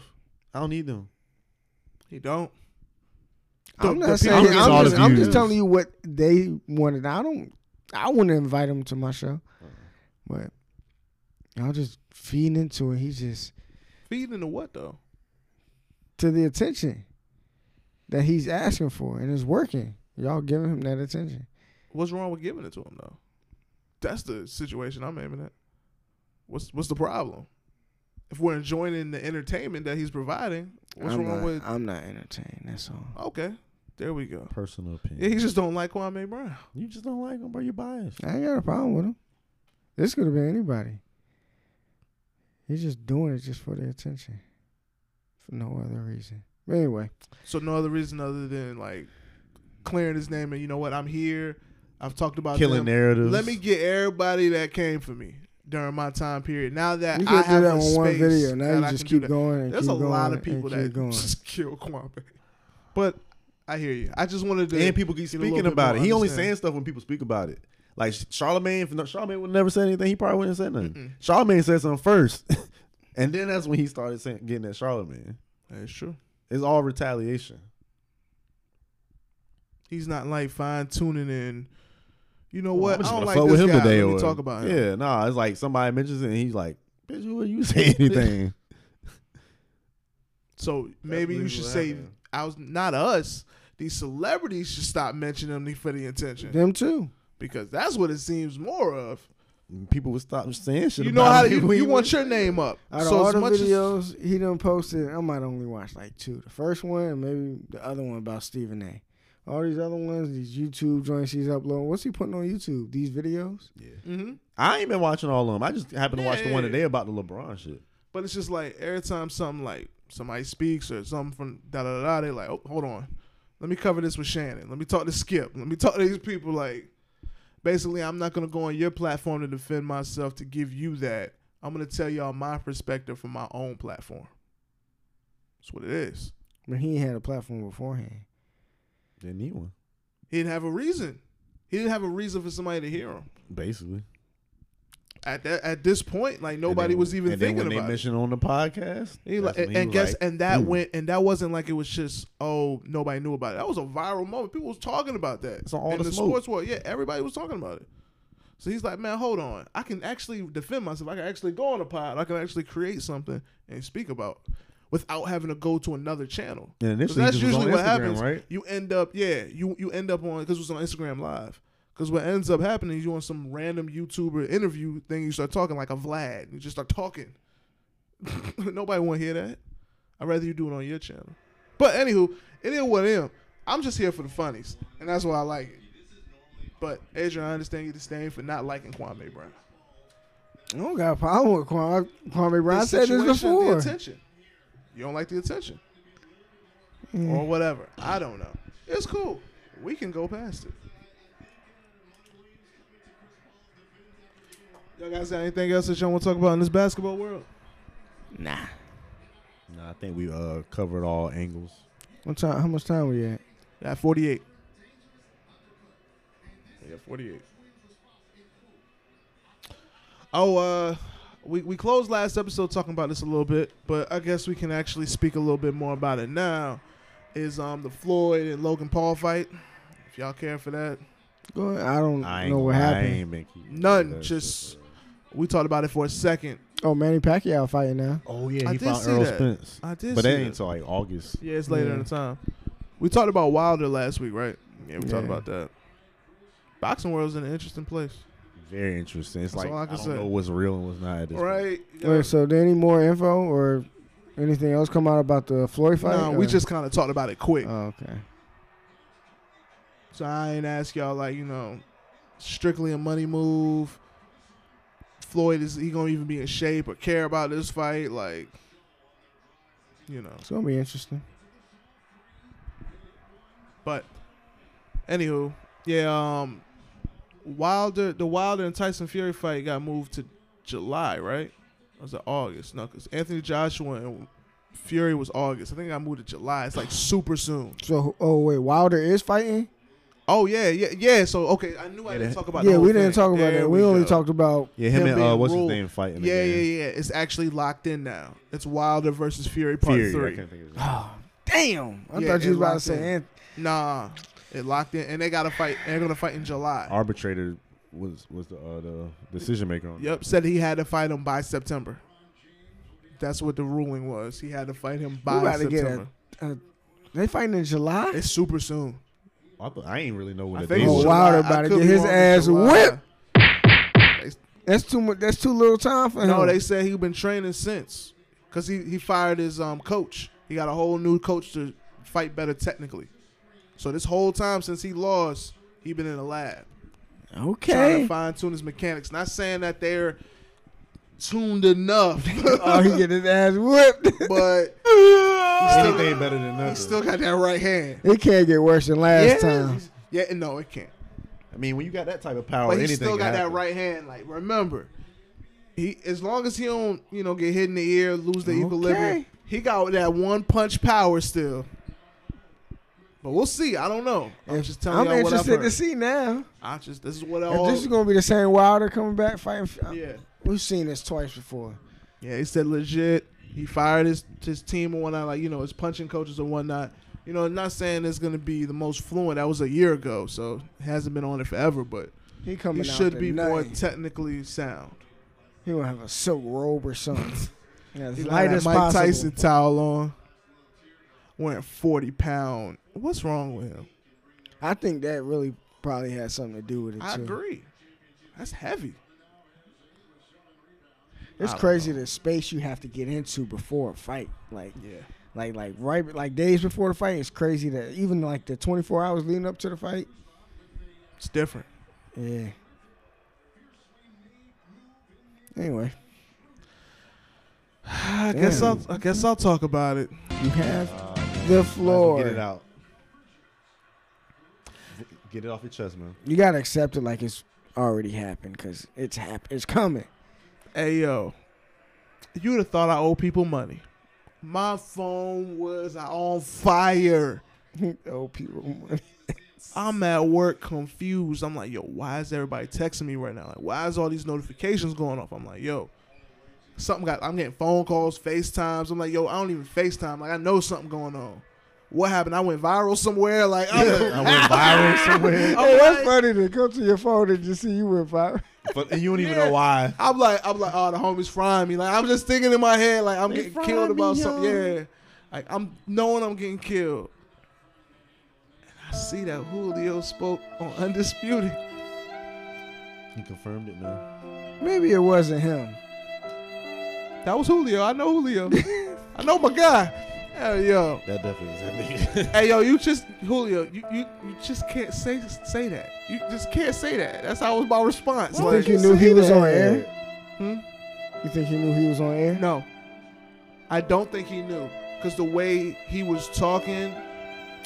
[SPEAKER 4] I don't need them.
[SPEAKER 6] He don't.
[SPEAKER 5] I'm
[SPEAKER 6] the
[SPEAKER 5] not
[SPEAKER 6] people-
[SPEAKER 5] saying.
[SPEAKER 4] I'm getting all
[SPEAKER 5] I'm just,
[SPEAKER 4] the
[SPEAKER 5] I'm just
[SPEAKER 4] views.
[SPEAKER 5] telling you what they wanted. I don't. I wouldn't invite him to my show, but I'll just feed into it. He just
[SPEAKER 6] Feed into what though?
[SPEAKER 5] to the attention that he's asking for, and it's working. Y'all giving him that attention.
[SPEAKER 6] What's wrong with giving it to him though? That's the situation I'm aiming at. What's what's the problem? If we're enjoying the entertainment that he's providing, what's
[SPEAKER 5] I'm
[SPEAKER 6] wrong
[SPEAKER 5] not,
[SPEAKER 6] with?
[SPEAKER 5] I'm not entertained. That's all.
[SPEAKER 6] okay, there we go.
[SPEAKER 4] Personal
[SPEAKER 6] Yeah,
[SPEAKER 4] opinion.
[SPEAKER 6] he just don't like Kwame Brown.
[SPEAKER 4] you just don't like them, bro. You're biased.
[SPEAKER 5] I ain't got a problem with him. This could have been anybody. He's just doing it just for the attention, for no other reason. But anyway,
[SPEAKER 6] So no other reason other than like clearing his name and you know what? I'm here. I've talked about
[SPEAKER 4] Killing
[SPEAKER 6] them.
[SPEAKER 4] narratives.
[SPEAKER 6] Let me get everybody that came for me during my time period. Now that
[SPEAKER 5] you
[SPEAKER 6] I
[SPEAKER 5] could do
[SPEAKER 6] have
[SPEAKER 5] that
[SPEAKER 6] a
[SPEAKER 5] on one
[SPEAKER 6] space
[SPEAKER 5] video. Now
[SPEAKER 6] that
[SPEAKER 5] you
[SPEAKER 6] I
[SPEAKER 5] just
[SPEAKER 6] can do
[SPEAKER 5] keep
[SPEAKER 6] that.
[SPEAKER 5] going. And
[SPEAKER 6] There's
[SPEAKER 5] keep
[SPEAKER 6] a
[SPEAKER 5] going
[SPEAKER 6] lot of
[SPEAKER 5] and
[SPEAKER 6] people
[SPEAKER 5] keep
[SPEAKER 6] that
[SPEAKER 5] going.
[SPEAKER 6] just kill Kwame. But I hear you. I just wanted to.
[SPEAKER 4] And people keep
[SPEAKER 6] get a little
[SPEAKER 4] speaking
[SPEAKER 6] bit
[SPEAKER 4] about it.
[SPEAKER 6] more
[SPEAKER 4] He only
[SPEAKER 6] understanding.
[SPEAKER 4] saying stuff when people speak about it. Like Charlemagne, if not, Charlemagne would never say anything. He probably wouldn't say nothing. Charlemagne said something first, and then that's when he started saying, getting at Charlemagne.
[SPEAKER 6] That's true.
[SPEAKER 4] It's all retaliation.
[SPEAKER 6] He's not like fine tuning and. You know
[SPEAKER 4] I'm
[SPEAKER 6] what? I
[SPEAKER 4] just
[SPEAKER 6] don't
[SPEAKER 4] gonna
[SPEAKER 6] like
[SPEAKER 4] fuck
[SPEAKER 6] this
[SPEAKER 4] with him
[SPEAKER 6] guy.
[SPEAKER 4] today.
[SPEAKER 6] Let me
[SPEAKER 4] or-
[SPEAKER 6] talk about him.
[SPEAKER 4] Yeah, nah. It's like somebody mentions it, and he's like, "Bitch, who are you say anything?"
[SPEAKER 6] So maybe you
[SPEAKER 4] really
[SPEAKER 6] should
[SPEAKER 4] what
[SPEAKER 6] say
[SPEAKER 4] happened.
[SPEAKER 6] I was not us. These celebrities should stop mentioning them for the intention
[SPEAKER 5] Them too.
[SPEAKER 6] because that's what it seems more of.
[SPEAKER 4] people would stop saying shit.
[SPEAKER 6] You know
[SPEAKER 4] about
[SPEAKER 6] how
[SPEAKER 4] him
[SPEAKER 6] you,
[SPEAKER 4] when
[SPEAKER 6] you
[SPEAKER 4] he
[SPEAKER 6] want
[SPEAKER 4] was-
[SPEAKER 6] your name up.
[SPEAKER 5] Out of
[SPEAKER 6] so
[SPEAKER 5] all
[SPEAKER 6] as
[SPEAKER 5] the
[SPEAKER 6] much as
[SPEAKER 5] videos he done posted, I might only watch like two. The first one and maybe the other one about Stephen A. All these other ones, these YouTube joints he's uploading. What's he putting on YouTube? These videos?
[SPEAKER 6] Mhm.
[SPEAKER 4] I ain't been watching all of them. I just happened to watch the one
[SPEAKER 6] Yeah.
[SPEAKER 4] today about the LeBron shit.
[SPEAKER 6] But it's just like every time something like somebody speaks or something from da da da, da, they like, oh, hold on, let me cover this with Shannon. Let me talk to Skip. Let me talk to these people. Like, basically, I'm not gonna go on your platform to defend myself to give you that. I'm gonna tell y'all my perspective from my own platform. That's what it is.
[SPEAKER 5] But he ain't had a platform beforehand.
[SPEAKER 4] Didn't need one,
[SPEAKER 6] He didn't have a reason. He didn't have a reason for somebody to hear him
[SPEAKER 4] basically.
[SPEAKER 6] at that at this point. Like
[SPEAKER 4] And
[SPEAKER 6] nobody
[SPEAKER 4] then-
[SPEAKER 6] was even
[SPEAKER 4] and then
[SPEAKER 6] thinking
[SPEAKER 4] when
[SPEAKER 6] about
[SPEAKER 4] they
[SPEAKER 6] it.
[SPEAKER 4] mentioned on the podcast.
[SPEAKER 6] He
[SPEAKER 4] that's
[SPEAKER 6] like,
[SPEAKER 4] when
[SPEAKER 6] and,
[SPEAKER 4] he was
[SPEAKER 6] guess
[SPEAKER 4] like,
[SPEAKER 6] and that
[SPEAKER 4] "Hmm,
[SPEAKER 6] went and that wasn't like it was just oh nobody knew about it. That was a viral moment. People was talking about that.
[SPEAKER 4] It's on all
[SPEAKER 6] in
[SPEAKER 4] the
[SPEAKER 6] the,
[SPEAKER 4] smoke.
[SPEAKER 6] sports world. Yeah, everybody was talking about it. So he's like, man, hold on. I can actually defend myself. I can actually go on a pod. I can actually create something and speak about without having to go to another channel.
[SPEAKER 4] And
[SPEAKER 6] 'Cause
[SPEAKER 4] initially he
[SPEAKER 6] that's
[SPEAKER 4] just was
[SPEAKER 6] usually
[SPEAKER 4] on
[SPEAKER 6] what
[SPEAKER 4] Instagram,
[SPEAKER 6] happens.
[SPEAKER 4] right?
[SPEAKER 6] You end up yeah, you you end up on because it was on Instagram Live. Because what ends up happening is you on some random YouTuber interview thing. You start talking like a Vlad. You just start talking. Nobody want to hear that. I'd rather you do it on your channel. But anywho, it is what it is. I'm just here for the funnies, and that's why I like it. But Adrian, I understand your disdain for not liking Kwame Brown.
[SPEAKER 5] I don't got a problem with Kwame, Kwame Brown. I
[SPEAKER 6] The
[SPEAKER 5] said this
[SPEAKER 6] situation, The
[SPEAKER 5] before.
[SPEAKER 6] attention. You don't like the attention,
[SPEAKER 5] Mm.
[SPEAKER 6] or whatever. I don't know. It's cool. We can go past it. Y'all guys got anything else that y'all want to talk about in this basketball world?
[SPEAKER 5] Nah.
[SPEAKER 4] Nah, I think we uh covered all angles.
[SPEAKER 5] What time, how much time we at?
[SPEAKER 6] At 48. Yeah, 48. Oh, uh, we, we closed last episode talking about this a little bit, but I guess we can actually speak a little bit more about it now. Is um the Floyd and Logan Paul fight? If y'all care for that,
[SPEAKER 5] Go ahead. I don't
[SPEAKER 4] I ain't
[SPEAKER 5] know
[SPEAKER 4] gonna
[SPEAKER 5] what
[SPEAKER 4] lie, I
[SPEAKER 5] happened.
[SPEAKER 4] ain't been keeping
[SPEAKER 6] None,
[SPEAKER 4] up with that
[SPEAKER 6] just-
[SPEAKER 4] shit, bro.
[SPEAKER 6] we talked about it for a second.
[SPEAKER 5] Oh, Manny Pacquiao fighting now.
[SPEAKER 4] Oh yeah,
[SPEAKER 6] I
[SPEAKER 4] he
[SPEAKER 6] did
[SPEAKER 4] found
[SPEAKER 6] see
[SPEAKER 4] Earl
[SPEAKER 6] that.
[SPEAKER 4] Spence.
[SPEAKER 6] I did,
[SPEAKER 4] But
[SPEAKER 6] see
[SPEAKER 4] that ain't
[SPEAKER 6] that.
[SPEAKER 4] until like August.
[SPEAKER 6] yeah, it's later
[SPEAKER 5] Yeah.
[SPEAKER 6] in the time. We talked about Wilder last week, right? Yeah, we talked
[SPEAKER 5] Yeah.
[SPEAKER 6] about that. Boxing world's in an interesting place,
[SPEAKER 4] Very interesting. It's
[SPEAKER 6] That's
[SPEAKER 4] like
[SPEAKER 6] all I
[SPEAKER 4] I,
[SPEAKER 6] can
[SPEAKER 4] don't
[SPEAKER 6] say.
[SPEAKER 4] know what's real and what's not. At this point.
[SPEAKER 6] right?
[SPEAKER 5] Wait, so did any more info or anything else come out about the Floyd fight?
[SPEAKER 6] no, we
[SPEAKER 5] or-
[SPEAKER 6] just kind of talked about it quick.
[SPEAKER 5] Oh, okay.
[SPEAKER 6] So I ain't ask y'all like you know, strictly a money move. Floyd is he gonna even be in shape or care about this fight? Like, you know.
[SPEAKER 5] It's gonna be interesting.
[SPEAKER 6] But anywho, yeah. Um, Wilder, the Wilder and Tyson Fury fight got moved to July, right? Or was it August? No, because Anthony Joshua and Fury was August. I think I moved to July. It's like super soon.
[SPEAKER 5] So, oh wait, Wilder is fighting.
[SPEAKER 6] Oh yeah, yeah, yeah. So okay, I knew I didn't
[SPEAKER 4] that-
[SPEAKER 6] talk about. the
[SPEAKER 5] Yeah,
[SPEAKER 6] whole
[SPEAKER 5] we didn't
[SPEAKER 6] thing.
[SPEAKER 5] talk about
[SPEAKER 4] There
[SPEAKER 5] that.
[SPEAKER 4] we
[SPEAKER 5] We, only
[SPEAKER 4] go.
[SPEAKER 5] talked about
[SPEAKER 4] Yeah, him, and uh,
[SPEAKER 6] being
[SPEAKER 4] what's his
[SPEAKER 6] ruled.
[SPEAKER 4] name fighting?
[SPEAKER 6] Yeah, yeah,
[SPEAKER 4] again.
[SPEAKER 6] yeah. It's actually locked in now. It's Wilder versus Fury Part
[SPEAKER 4] Fury, I
[SPEAKER 6] Three.
[SPEAKER 4] couldn't think of his name.
[SPEAKER 6] Ah,
[SPEAKER 5] damn. I
[SPEAKER 6] Yeah,
[SPEAKER 5] thought you was
[SPEAKER 6] it
[SPEAKER 5] about to
[SPEAKER 6] locked in.
[SPEAKER 5] say Ant-
[SPEAKER 6] Nah, it locked in, and they got to fight. And they're gonna fight in July.
[SPEAKER 4] Arbitrator was was the uh, the decision maker on. that.
[SPEAKER 6] Yep, said he had to fight him by September. That's what the ruling was. He had to fight him
[SPEAKER 5] We
[SPEAKER 6] by
[SPEAKER 5] about to get
[SPEAKER 6] September.
[SPEAKER 5] a, a. They fighting in July.
[SPEAKER 6] It's super soon.
[SPEAKER 4] I, thought- I ain't really know
[SPEAKER 6] I
[SPEAKER 4] what the
[SPEAKER 6] think
[SPEAKER 4] date
[SPEAKER 5] Oh,
[SPEAKER 6] it's
[SPEAKER 4] was.
[SPEAKER 5] wow. Wilder
[SPEAKER 6] July. I
[SPEAKER 5] about to
[SPEAKER 6] could
[SPEAKER 5] get
[SPEAKER 6] be
[SPEAKER 5] his
[SPEAKER 6] wrong with
[SPEAKER 5] ass
[SPEAKER 6] July.
[SPEAKER 5] whipped.
[SPEAKER 6] They-
[SPEAKER 5] That's too much. That's too little time for him.
[SPEAKER 6] No, they said he been training since, cause he he fired his um coach. He got a whole new coach to fight better technically. So this whole time since he lost, he been in the lab trying to
[SPEAKER 5] okay.
[SPEAKER 6] fine tune his mechanics. Not saying that they're tuned enough,
[SPEAKER 5] Oh, he get his ass whipped.
[SPEAKER 6] but
[SPEAKER 4] Anything better than nothing.
[SPEAKER 6] he still got that right hand.
[SPEAKER 5] it can't get worse than
[SPEAKER 6] Yeah,
[SPEAKER 5] last time.
[SPEAKER 6] yeah, no, it can't.
[SPEAKER 4] I mean, when you got that type of
[SPEAKER 5] Oh,
[SPEAKER 4] power,
[SPEAKER 6] But he
[SPEAKER 4] anything
[SPEAKER 6] still
[SPEAKER 4] can
[SPEAKER 6] got that
[SPEAKER 4] happen.
[SPEAKER 6] right hand. Like remember, he as long as he don't you know get hit in the ear, lose the equilibrium,
[SPEAKER 5] Okay.
[SPEAKER 6] he got that one punch power still. But we'll see. I don't know. I'm
[SPEAKER 5] If-
[SPEAKER 6] just telling
[SPEAKER 5] I'm
[SPEAKER 6] y'all what I've
[SPEAKER 5] interested
[SPEAKER 6] heard.
[SPEAKER 5] to see now.
[SPEAKER 6] I just this is what I
[SPEAKER 5] If
[SPEAKER 6] all.
[SPEAKER 5] this is gonna be the same Wilder coming back fighting, uh,
[SPEAKER 6] yeah,
[SPEAKER 5] we've seen this twice before.
[SPEAKER 6] yeah. He said legit. He fired his his team and whatnot. Like you know his punching coaches and whatnot. You know, not saying it's gonna be the most fluent. That was a year ago, so it hasn't been on it forever. But
[SPEAKER 5] He coming.
[SPEAKER 6] he
[SPEAKER 5] out
[SPEAKER 6] should
[SPEAKER 5] the
[SPEAKER 6] be
[SPEAKER 5] nut.
[SPEAKER 6] more technically sound.
[SPEAKER 5] he gonna have a silk robe or something. Yeah, as
[SPEAKER 6] He
[SPEAKER 5] light
[SPEAKER 6] got
[SPEAKER 5] as
[SPEAKER 6] that Mike
[SPEAKER 5] possible.
[SPEAKER 6] Tyson towel on. Wearing forty pound. What's wrong with him?
[SPEAKER 5] I think that really probably has something to do with it
[SPEAKER 6] I
[SPEAKER 5] too.
[SPEAKER 6] agree. That's heavy.
[SPEAKER 5] It's
[SPEAKER 6] I don't
[SPEAKER 5] crazy the space you have to get into before a fight. Like,
[SPEAKER 6] Yeah.
[SPEAKER 5] like, like right, like days before the fight. It's crazy that even like the 24 hours leading up to the fight.
[SPEAKER 6] It's different.
[SPEAKER 5] Yeah. Anyway,
[SPEAKER 6] I guess I'll I guess I'll talk about it.
[SPEAKER 5] you have the
[SPEAKER 4] Might as well
[SPEAKER 5] floor.
[SPEAKER 4] Get it out. Get it off your chest, man.
[SPEAKER 5] You gotta accept it like it's already happened because it's hap- It's coming.
[SPEAKER 6] Hey yo. You'd have thought I owe people money. My phone was on fire.
[SPEAKER 5] oh, people, money.
[SPEAKER 6] I'm at work confused. I'm like, yo, why is everybody texting me right now? Like, why is all these notifications going off? I'm like, yo, something got. I'm getting phone calls, FaceTimes. I'm like, yo, I don't even FaceTime. Like, I know something going on. What happened? I went viral somewhere. Like, I'm,
[SPEAKER 4] I went viral somewhere,
[SPEAKER 6] I'm
[SPEAKER 5] That's
[SPEAKER 6] like,
[SPEAKER 5] funny to go to your phone and just see you went viral.
[SPEAKER 4] but and you don't even know why.
[SPEAKER 6] I'm like, I'm like, oh, the homies frying me. Like, I'm just thinking in my head, like, I'm getting killed about something. Yeah, like I'm knowing I'm getting killed. And I see that Julio spoke on Undisputed.
[SPEAKER 4] He confirmed it, man.
[SPEAKER 5] Maybe it wasn't him.
[SPEAKER 6] That was Julio. I know Julio. I know my guy. Hey yo,
[SPEAKER 4] That definitely is that nigga.
[SPEAKER 6] hey yo, you just Julio, you you, you just can't say say that. You just can't say that. That's how was my response.
[SPEAKER 5] You
[SPEAKER 6] Like,
[SPEAKER 5] think he knew he was on air?
[SPEAKER 6] Hmm?
[SPEAKER 5] You think he knew he was on air?
[SPEAKER 6] no, I don't think he knew because the way he was talking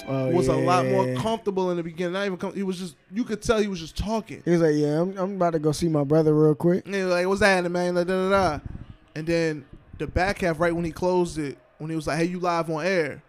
[SPEAKER 5] Oh,
[SPEAKER 6] was a lot more
[SPEAKER 5] yeah.
[SPEAKER 6] comfortable in the beginning. Not even com- he was just you could tell he was just talking.
[SPEAKER 5] He was like, "Yeah, I'm, I'm about to go see my brother real quick."
[SPEAKER 6] And he was like, what's that, man? Like, da, da, da. And then the back half, right when he closed it, when he was like, hey, you live on air.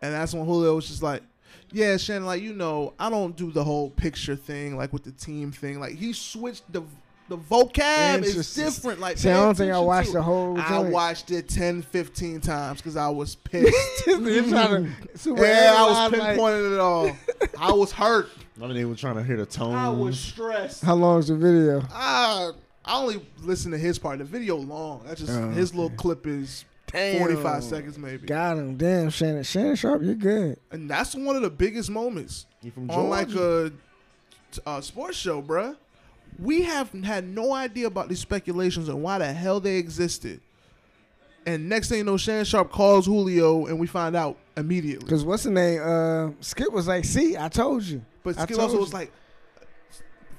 [SPEAKER 6] And that's when Julio was just like, yeah, Shannon, like, you know, I don't do the whole picture thing, like with the team thing. Like, he switched the the vocab is
[SPEAKER 5] Interesting.
[SPEAKER 6] different. Like,
[SPEAKER 5] See, I
[SPEAKER 6] pay
[SPEAKER 5] don't think I
[SPEAKER 6] attention
[SPEAKER 5] watched
[SPEAKER 6] to
[SPEAKER 5] the
[SPEAKER 6] it.
[SPEAKER 5] whole
[SPEAKER 6] I
[SPEAKER 5] joint.
[SPEAKER 6] watched it 10, 15 times because I was pissed.
[SPEAKER 5] He's trying to super
[SPEAKER 6] yeah, I was
[SPEAKER 5] analyze, like,
[SPEAKER 6] pinpointing it all. I was hurt.
[SPEAKER 4] I mean, they were trying to hear the tone.
[SPEAKER 6] I was stressed.
[SPEAKER 5] How long's the video?
[SPEAKER 6] I I only listen to his part. The video long. That's just
[SPEAKER 5] Oh,
[SPEAKER 6] his little clip is
[SPEAKER 5] Damn.
[SPEAKER 6] forty five seconds maybe.
[SPEAKER 5] Got him, damn Shannon. Shannon Sharp, you're good.
[SPEAKER 6] And that's one of the biggest moments
[SPEAKER 4] He from
[SPEAKER 6] on
[SPEAKER 4] Georgia.
[SPEAKER 6] like a, a sports show, bruh. We have had no idea about these speculations and why the hell they existed. And next thing you know, Shannon Sharp calls Julio, and we find out immediately.
[SPEAKER 5] Cause what's the name? Uh, Skip was like, "See, I told you."
[SPEAKER 6] But
[SPEAKER 5] I
[SPEAKER 6] Skip
[SPEAKER 5] told
[SPEAKER 6] also
[SPEAKER 5] you."
[SPEAKER 6] was like,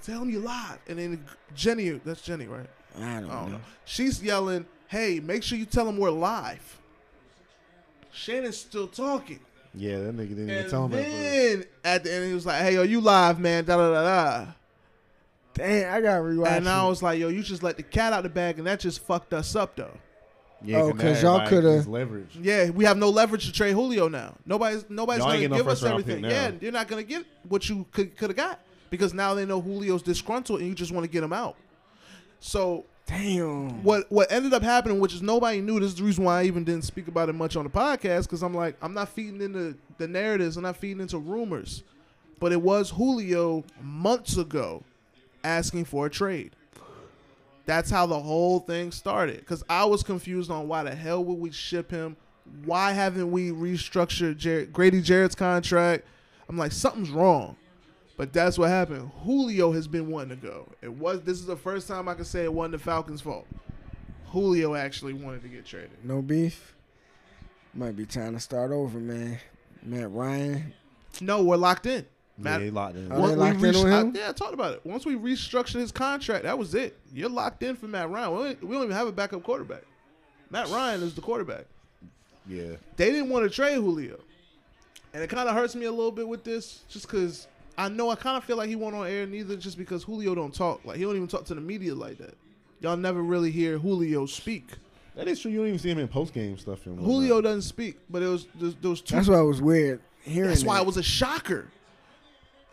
[SPEAKER 6] "Tell him you lied." And then Jenny, that's Jenny, right?
[SPEAKER 5] "I don't,
[SPEAKER 6] I don't
[SPEAKER 5] know."
[SPEAKER 6] know. She's yelling, "Hey, make sure you tell him we're live." Shannon's still talking,
[SPEAKER 4] yeah, that nigga didn't even
[SPEAKER 6] and
[SPEAKER 4] tell him that. first.
[SPEAKER 6] then at the end he was like, "Hey, yo, you live, man?" Da da da da.
[SPEAKER 5] Damn, I gotta rewatch.
[SPEAKER 6] And I
[SPEAKER 5] it.
[SPEAKER 6] was like, "Yo, you just let the cat out the bag, and that just fucked us up, though."
[SPEAKER 4] Yeah,
[SPEAKER 5] Oh,
[SPEAKER 4] 'cause
[SPEAKER 5] 'cause
[SPEAKER 4] now
[SPEAKER 5] y'all
[SPEAKER 4] everybody
[SPEAKER 5] coulda-
[SPEAKER 4] is leverage.
[SPEAKER 6] Yeah, we have no leverage to trade Julio now. Nobody's nobody's
[SPEAKER 4] Y'all ain't getting
[SPEAKER 6] gonna
[SPEAKER 4] no
[SPEAKER 6] give us
[SPEAKER 4] first-round pick
[SPEAKER 6] everything.
[SPEAKER 4] now.
[SPEAKER 6] Yeah, you're not gonna get what you could could have got because now they know Julio's disgruntled and you just want to get him out. So
[SPEAKER 5] Damn.
[SPEAKER 6] what what ended up happening, which is nobody knew, this is the reason why I even didn't speak about it much on the podcast, because I'm like, I'm not feeding into the narratives, I'm not feeding into rumors. But it was Julio months ago asking for a trade. That's how the whole thing started. Because I was confused on why the hell would we ship him? Why haven't we restructured Jar- Grady Jarrett's contract? I'm like, something's wrong. But that's what happened. Julio has been wanting to go. It was this is the first time I can say it wasn't the Falcons' fault. Julio actually wanted to get traded.
[SPEAKER 5] No beef. Might be time to start over, man. Matt Ryan.
[SPEAKER 6] No, we're locked in.
[SPEAKER 4] Yeah,
[SPEAKER 6] Matt,
[SPEAKER 4] they locked in.
[SPEAKER 5] Are they
[SPEAKER 6] we
[SPEAKER 5] locked in
[SPEAKER 6] rest-
[SPEAKER 5] with
[SPEAKER 6] I-
[SPEAKER 5] him?
[SPEAKER 6] yeah, I talked about it. Once we restructured his contract, that was it. You're locked in for Matt Ryan. We don't, e- we don't even have a backup quarterback. Matt Ryan is the quarterback.
[SPEAKER 4] Yeah.
[SPEAKER 6] they didn't want to trade Julio. And it kind of hurts me a little bit with this, just because I know I kind of feel like he won't on air neither, just because Julio don't talk. Like he don't even talk to the media like that. Y'all never really hear Julio speak.
[SPEAKER 4] That is true. You don't even see him in post game stuff. And whatnot.
[SPEAKER 6] Julio doesn't speak, but it was there, there was two.
[SPEAKER 5] That's why it was weird hearing
[SPEAKER 6] That's why
[SPEAKER 5] that.
[SPEAKER 6] it was a shocker.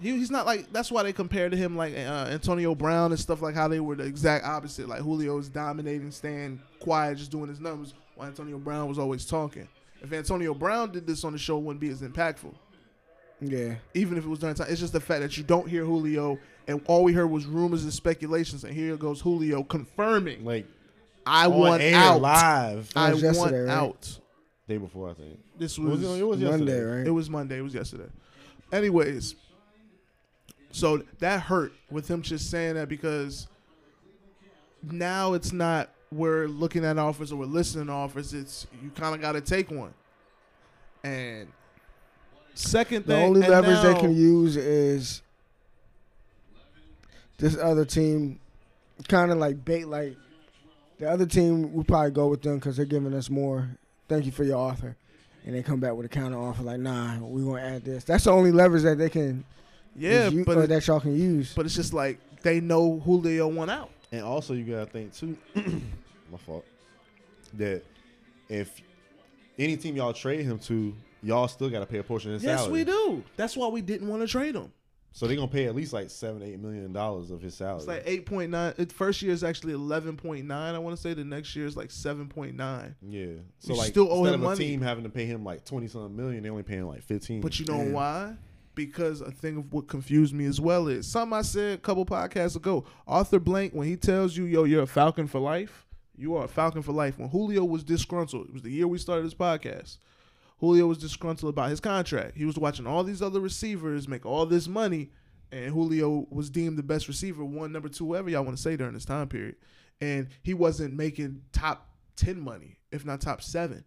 [SPEAKER 6] He, he's not like that's why they compared to him like uh, Antonio Brown and stuff like how they were the exact opposite. Like Julio's dominating, staying quiet, just doing his numbers, while Antonio Brown was always talking. If Antonio Brown did this on the show, it wouldn't be as impactful.
[SPEAKER 5] Yeah.
[SPEAKER 6] Even if it was during time, it's just the fact that you don't hear Julio, and all we heard was rumors and speculations. And here goes Julio confirming,
[SPEAKER 4] like
[SPEAKER 6] "I
[SPEAKER 4] on
[SPEAKER 6] want
[SPEAKER 4] air
[SPEAKER 6] out.
[SPEAKER 4] live
[SPEAKER 6] I
[SPEAKER 5] was
[SPEAKER 6] want
[SPEAKER 5] yesterday, right?
[SPEAKER 6] out."
[SPEAKER 4] day before. I think
[SPEAKER 6] This
[SPEAKER 4] it was, it was
[SPEAKER 5] Monday,
[SPEAKER 4] yesterday.
[SPEAKER 5] right?
[SPEAKER 6] It was Monday. It was yesterday. Anyways, so that hurt with him just saying that because now it's not we're looking at offers or we're listening to offers. It's you kind of got to take one. And second
[SPEAKER 5] The
[SPEAKER 6] thing,
[SPEAKER 5] only
[SPEAKER 6] and
[SPEAKER 5] leverage
[SPEAKER 6] now-
[SPEAKER 5] they can use is this other team, kind of like bait. Like the other team, we probably go with them because they're giving us more. Thank you for your offer, and they come back with a counter offer like, "Nah, we gonna add this." That's the only leverage that they can,
[SPEAKER 6] yeah,
[SPEAKER 5] is u-
[SPEAKER 6] but
[SPEAKER 5] or
[SPEAKER 6] it-
[SPEAKER 5] that y'all can use.
[SPEAKER 6] but it's just like they know Julio won out.
[SPEAKER 4] And also, you gotta think too. my fault. That if any team y'all trade him to, y'all still gotta pay a portion of his
[SPEAKER 6] Yes,
[SPEAKER 4] salary.
[SPEAKER 6] we do. That's why we didn't want to trade him.
[SPEAKER 4] So they're gonna pay at least like seven, eight million dollars of his salary.
[SPEAKER 6] It's like eight point nine. It, first year is actually eleven point nine. I want to say the next year is like seven point nine.
[SPEAKER 4] yeah. So
[SPEAKER 6] You
[SPEAKER 4] like
[SPEAKER 6] still owe
[SPEAKER 4] instead
[SPEAKER 6] him
[SPEAKER 4] of a
[SPEAKER 6] money.
[SPEAKER 4] team having to pay him like twenty something million, they only paying like fifteen.
[SPEAKER 6] But you know
[SPEAKER 5] Yeah.
[SPEAKER 6] why? Because a thing of what confused me as well is something I said a couple podcasts ago. Arthur Blank, when he tells you, yo, you're a Falcon for life, you are a Falcon for life. When Julio was disgruntled, it was the year we started this podcast. Julio was disgruntled about his contract. He was watching all these other receivers make all this money, and Julio was deemed the best receiver, one, number two, whatever y'all want to say during this time period. And he wasn't making top 10 money, if not top seven.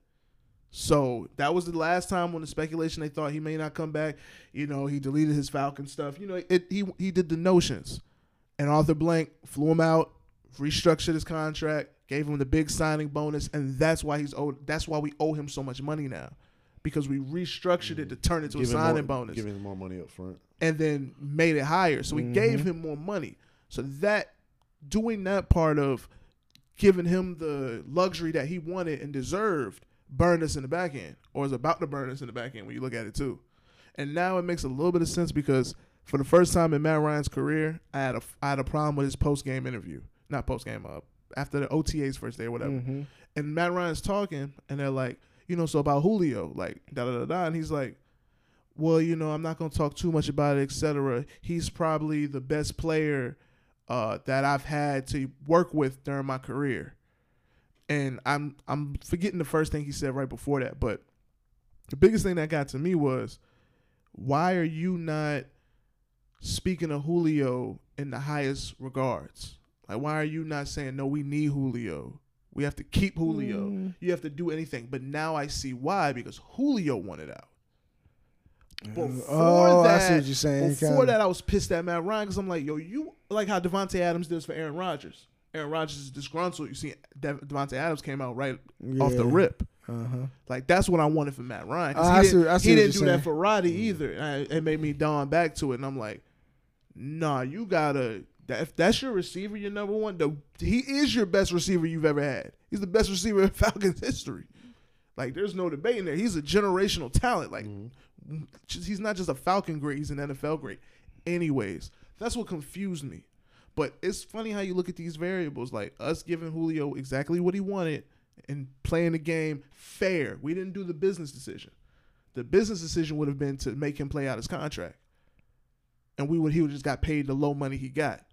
[SPEAKER 6] So that was the last time when the speculation they thought he may not come back. You know, he deleted his Falcon stuff. You know, it, he he did the notions, and Arthur Blank flew him out, restructured his contract, gave him the big signing bonus, and that's why he's owed. That's why we owe him so much money now, because we restructured it to turn it to
[SPEAKER 4] Give
[SPEAKER 6] a
[SPEAKER 4] him
[SPEAKER 6] signing
[SPEAKER 4] more,
[SPEAKER 6] bonus,
[SPEAKER 4] giving him more money up front.
[SPEAKER 6] and then made it higher. So we gave him more money. So that doing that part of giving him the luxury that he wanted and deserved burned us in the back end, or is about to burn us in the back end when you look at it too. And now it makes a little bit of sense because for the first time in Matt Ryan's career, I had a I had a problem with his post game interview, not post game, uh, after the OTA's first day or whatever. And Matt Ryan's talking, and they're like, you know, so about Julio, like da da da da, and he's like. Well, you know, I'm not gonna talk too much about it, etc. He's probably the best player uh, that I've had to work with during my career. And I'm I'm forgetting the first thing he said right before that, but the biggest thing that got to me was why are you not speaking of Julio in the highest regards? Like why are you not saying no we need Julio? We have to keep Julio.
[SPEAKER 5] Mm.
[SPEAKER 6] You have to do anything. But now I see why because Julio wanted out. Before
[SPEAKER 5] Oh,
[SPEAKER 6] that,
[SPEAKER 5] I see what you're saying,
[SPEAKER 6] Before
[SPEAKER 5] kinda.
[SPEAKER 6] that, I was pissed at Matt Ryan because I'm like, yo, you like how Devonte Adams does for Aaron Rodgers. Aaron Rodgers is disgruntled. You see, Dev- Devontae Adams came out right off the
[SPEAKER 5] Yeah.
[SPEAKER 6] rip.
[SPEAKER 5] Uh huh.
[SPEAKER 6] Like that's what I wanted for Matt Ryan. 'cause
[SPEAKER 5] Oh,
[SPEAKER 6] he
[SPEAKER 5] I see-
[SPEAKER 6] didn't,
[SPEAKER 5] I see
[SPEAKER 6] he
[SPEAKER 5] what
[SPEAKER 6] didn't do
[SPEAKER 5] you're
[SPEAKER 6] that
[SPEAKER 5] saying. Mm.
[SPEAKER 6] for Roddy either. And I, it made me dawn back to it, and I'm like, nah, you gotta. That if that's your receiver, your number one, the, he is your best receiver you've ever had. He's the best receiver in Falcons history. Like, there's no debate in there. He's a generational talent. Like, just- he's not just a Falcon great. He's an NFL great. Anyways, that's what confused me. But it's funny how you look at these variables. Like us giving Julio exactly what he wanted and playing the game fair. We didn't do the business decision. The business decision would have been to make him play out his contract, and we would he would just got paid the low money he got.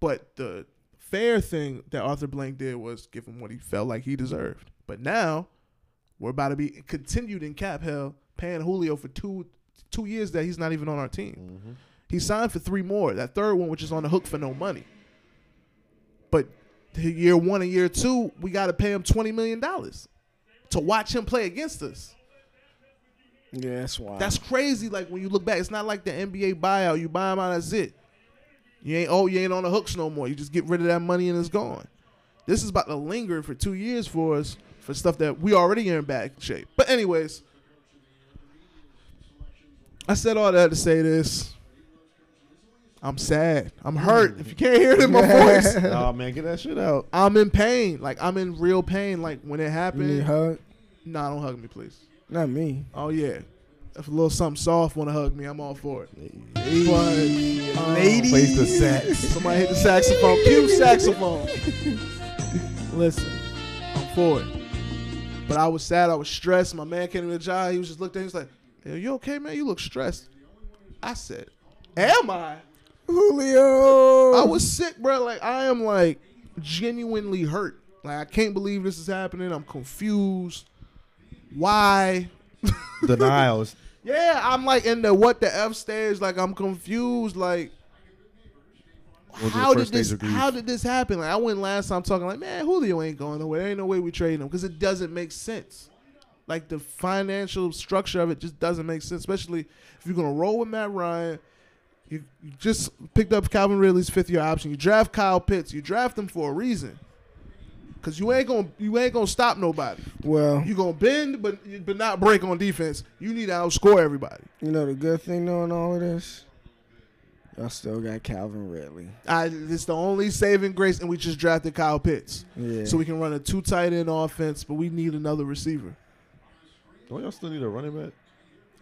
[SPEAKER 6] But the fair thing that Arthur Blank did was give him what he felt like he deserved. But now we're about to be continued in cap hell, paying Julio for two two years that he's not even on our team. He signed for three more. That third one, which is on the hook for no money. But the year one and year two, we got to pay him twenty million dollars to watch him play against us.
[SPEAKER 5] Yeah, that's why.
[SPEAKER 6] That's crazy. Like when you look back, it's not like the NBA buyout. You buy him out, that's it. You ain't oh, you ain't on the hooks no more. You just get rid of that money and it's gone. This is about to linger for two years for us for stuff that we already in bad shape. But anyways, I said all that to say this. I'm sad. I'm hurt. If you can't hear it in my voice,
[SPEAKER 4] oh man, get that shit out.
[SPEAKER 6] I'm in pain. Like I'm in real pain. Like when it
[SPEAKER 5] you need a
[SPEAKER 6] happened.
[SPEAKER 5] hug?
[SPEAKER 6] Nah, don't hug me, please.
[SPEAKER 5] Not me.
[SPEAKER 6] Oh yeah. If a little something soft want to hug me, I'm all for it. But, um,
[SPEAKER 4] Place the sacks.
[SPEAKER 6] Somebody hit the saxophone. Cue saxophone. Listen, I'm for it. But I was sad. I was stressed. My man came to the job. He was just looked at. me, He was like, "Are you okay, man? You look stressed." I said, "Am I?"
[SPEAKER 5] Julio.
[SPEAKER 6] I was sick, bro. Like I am like genuinely hurt. Like I can't believe this is happening. I'm confused. Why?
[SPEAKER 4] Denials.
[SPEAKER 6] Yeah, I'm like in the what the f stage. Like I'm confused. Like
[SPEAKER 4] We'll do the
[SPEAKER 6] how did
[SPEAKER 4] first stage
[SPEAKER 6] this
[SPEAKER 4] of grief.
[SPEAKER 6] how did this happen? Like I went last time talking like man Julio ain't going nowhere. There ain't no way we trade him because it doesn't make sense. Like the financial structure of it just doesn't make sense, especially if you're gonna roll with Matt Ryan. You, you just picked up Calvin Ridley's fifth year option. You draft Kyle Pitts. You draft him for a reason. Cause you ain't gonna you ain't gonna stop nobody.
[SPEAKER 5] well,
[SPEAKER 6] You gonna bend, but but not break on defense. You need to outscore everybody.
[SPEAKER 5] you know the good thing knowing all of this, y'all still got Calvin Ridley.
[SPEAKER 6] I, it's the only saving grace, and we just drafted Kyle Pitts,
[SPEAKER 5] Yeah.
[SPEAKER 6] so we can run a two tight end offense. But we need another receiver.
[SPEAKER 4] Don't y'all still need a running back?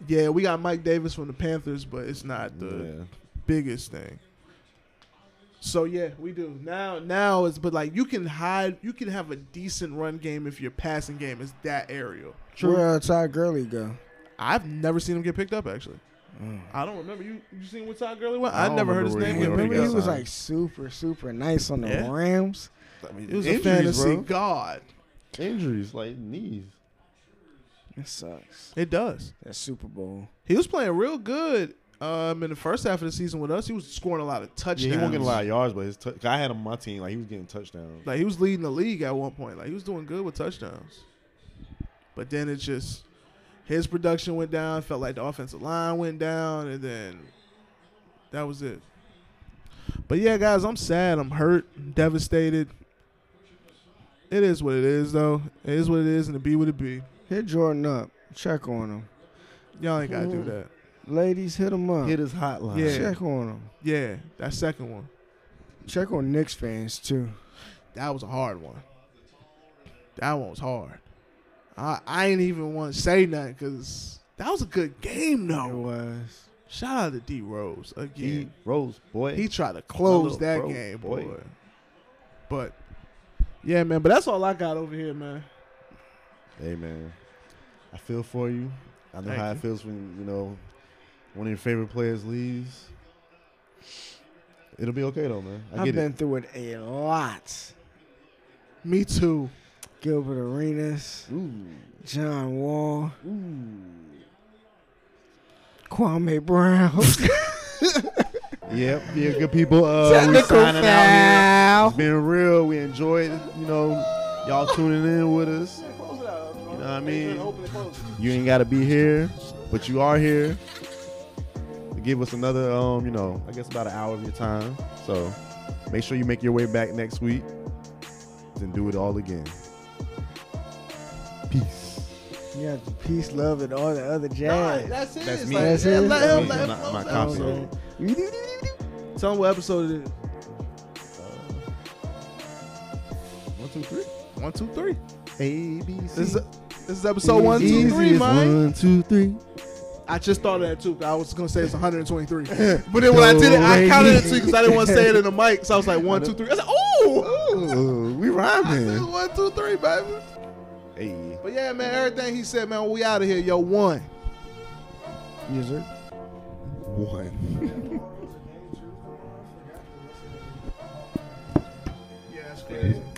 [SPEAKER 6] Yeah, we got Mike Davis from the Panthers, but it's not the biggest thing. So yeah, we do now. Now it's but like you can hide, you can have a decent run game if your passing game is that aerial.
[SPEAKER 5] Where uh, Todd Gurley go?
[SPEAKER 6] I've never seen him get picked up actually. I don't remember you. You seen what Todd Gurley went? I,
[SPEAKER 4] don't
[SPEAKER 6] never heard his
[SPEAKER 4] remember where he
[SPEAKER 6] name. get
[SPEAKER 4] went.
[SPEAKER 6] picked
[SPEAKER 5] Remember
[SPEAKER 4] got
[SPEAKER 5] he was
[SPEAKER 4] signed.
[SPEAKER 5] like super, super nice on the
[SPEAKER 6] Yeah.
[SPEAKER 5] Rams.
[SPEAKER 4] I mean,
[SPEAKER 6] It was a
[SPEAKER 4] injuries,
[SPEAKER 6] fantasy
[SPEAKER 4] bro.
[SPEAKER 6] god.
[SPEAKER 4] Injuries like knees.
[SPEAKER 5] That sucks.
[SPEAKER 6] It does.
[SPEAKER 5] That Super Bowl.
[SPEAKER 6] He was playing real good um, in the first half of the season with us. He was scoring a lot of touchdowns.
[SPEAKER 4] Yeah, he won't get a lot of yards, but his tou- 'cause I had him on my team. Like he was getting touchdowns.
[SPEAKER 6] Like he was leading the league at one point. Like he was doing good with touchdowns. But then it just his production went down. Felt like the offensive line went down, and then that was it. But yeah, guys, I'm sad. I'm hurt. I'm devastated. It is what it is, though. It is what it is, and it be what it be.
[SPEAKER 5] Hit Jordan up. Check on him.
[SPEAKER 6] Y'all ain't gotta do that.
[SPEAKER 5] Ladies, hit him up.
[SPEAKER 4] Hit his hotline.
[SPEAKER 6] Yeah.
[SPEAKER 5] Check on him.
[SPEAKER 6] Yeah, that second one.
[SPEAKER 5] Check on Knicks fans too.
[SPEAKER 6] That was a hard one. That one was hard. I I ain't even want to say nothing because that was a good game
[SPEAKER 5] It
[SPEAKER 6] though.
[SPEAKER 5] was.
[SPEAKER 6] Shout out to D Rose
[SPEAKER 4] He
[SPEAKER 6] again.
[SPEAKER 4] rose boy.
[SPEAKER 6] He, tried to close
[SPEAKER 4] little
[SPEAKER 6] that
[SPEAKER 4] bro,
[SPEAKER 6] game, boy.
[SPEAKER 4] boy.
[SPEAKER 6] But yeah, man. But that's all I got over here, man.
[SPEAKER 4] hey man, I feel for you. I know
[SPEAKER 6] Thank
[SPEAKER 4] how
[SPEAKER 6] you.
[SPEAKER 4] it feels when you know one of your favorite players leaves. It'll be okay though, man. I
[SPEAKER 5] I've
[SPEAKER 4] get
[SPEAKER 5] been
[SPEAKER 4] it.
[SPEAKER 5] through it a lot.
[SPEAKER 6] Me too.
[SPEAKER 5] Gilbert Arenas,
[SPEAKER 4] Ooh,
[SPEAKER 5] John Wall,
[SPEAKER 4] ooh.
[SPEAKER 5] Kwame Brown.
[SPEAKER 4] Yep, yeah, good people. Uh, we signing out here. It's been real. We enjoyed, you know, y'all tuning in with us. You know what I mean? You ain't got to be here, but you are here. To give us another, um, you know, I guess about an hour of your time. So make sure you make your way back next week. Then do it all again. Peace.
[SPEAKER 5] yeah, peace, love, and all the other
[SPEAKER 6] Nah,
[SPEAKER 5] jazz.
[SPEAKER 6] that's it.
[SPEAKER 4] That's
[SPEAKER 6] It's
[SPEAKER 4] me.
[SPEAKER 6] like,
[SPEAKER 5] That's
[SPEAKER 6] yeah,
[SPEAKER 5] it.
[SPEAKER 6] let him-
[SPEAKER 5] That's
[SPEAKER 6] let
[SPEAKER 4] me.
[SPEAKER 6] him
[SPEAKER 4] I'm not-
[SPEAKER 6] close
[SPEAKER 4] I'm
[SPEAKER 6] that
[SPEAKER 4] not
[SPEAKER 6] one.
[SPEAKER 4] copying.
[SPEAKER 6] Tell him what episode it is.
[SPEAKER 4] One, two, three.
[SPEAKER 6] One, two, three.
[SPEAKER 4] A B C.
[SPEAKER 6] This is, this is episode one, two,
[SPEAKER 4] Easy
[SPEAKER 6] three,
[SPEAKER 4] is
[SPEAKER 6] man.
[SPEAKER 4] One, two, three.
[SPEAKER 6] I just thought of that too. 'cause I was gonna say it's 123, but then when I did it, I counted it too because I didn't want to say it in the mic. So I was like one, two, three. I said, "Ooh,
[SPEAKER 4] Ooh, we
[SPEAKER 6] I said,
[SPEAKER 4] rhyming.
[SPEAKER 6] one, two, three, baby."
[SPEAKER 4] Hey.
[SPEAKER 6] But yeah, man, everything he said, man, we out of here, yo. One.
[SPEAKER 5] Yes, sir.
[SPEAKER 4] One.
[SPEAKER 6] Yeah, that's crazy.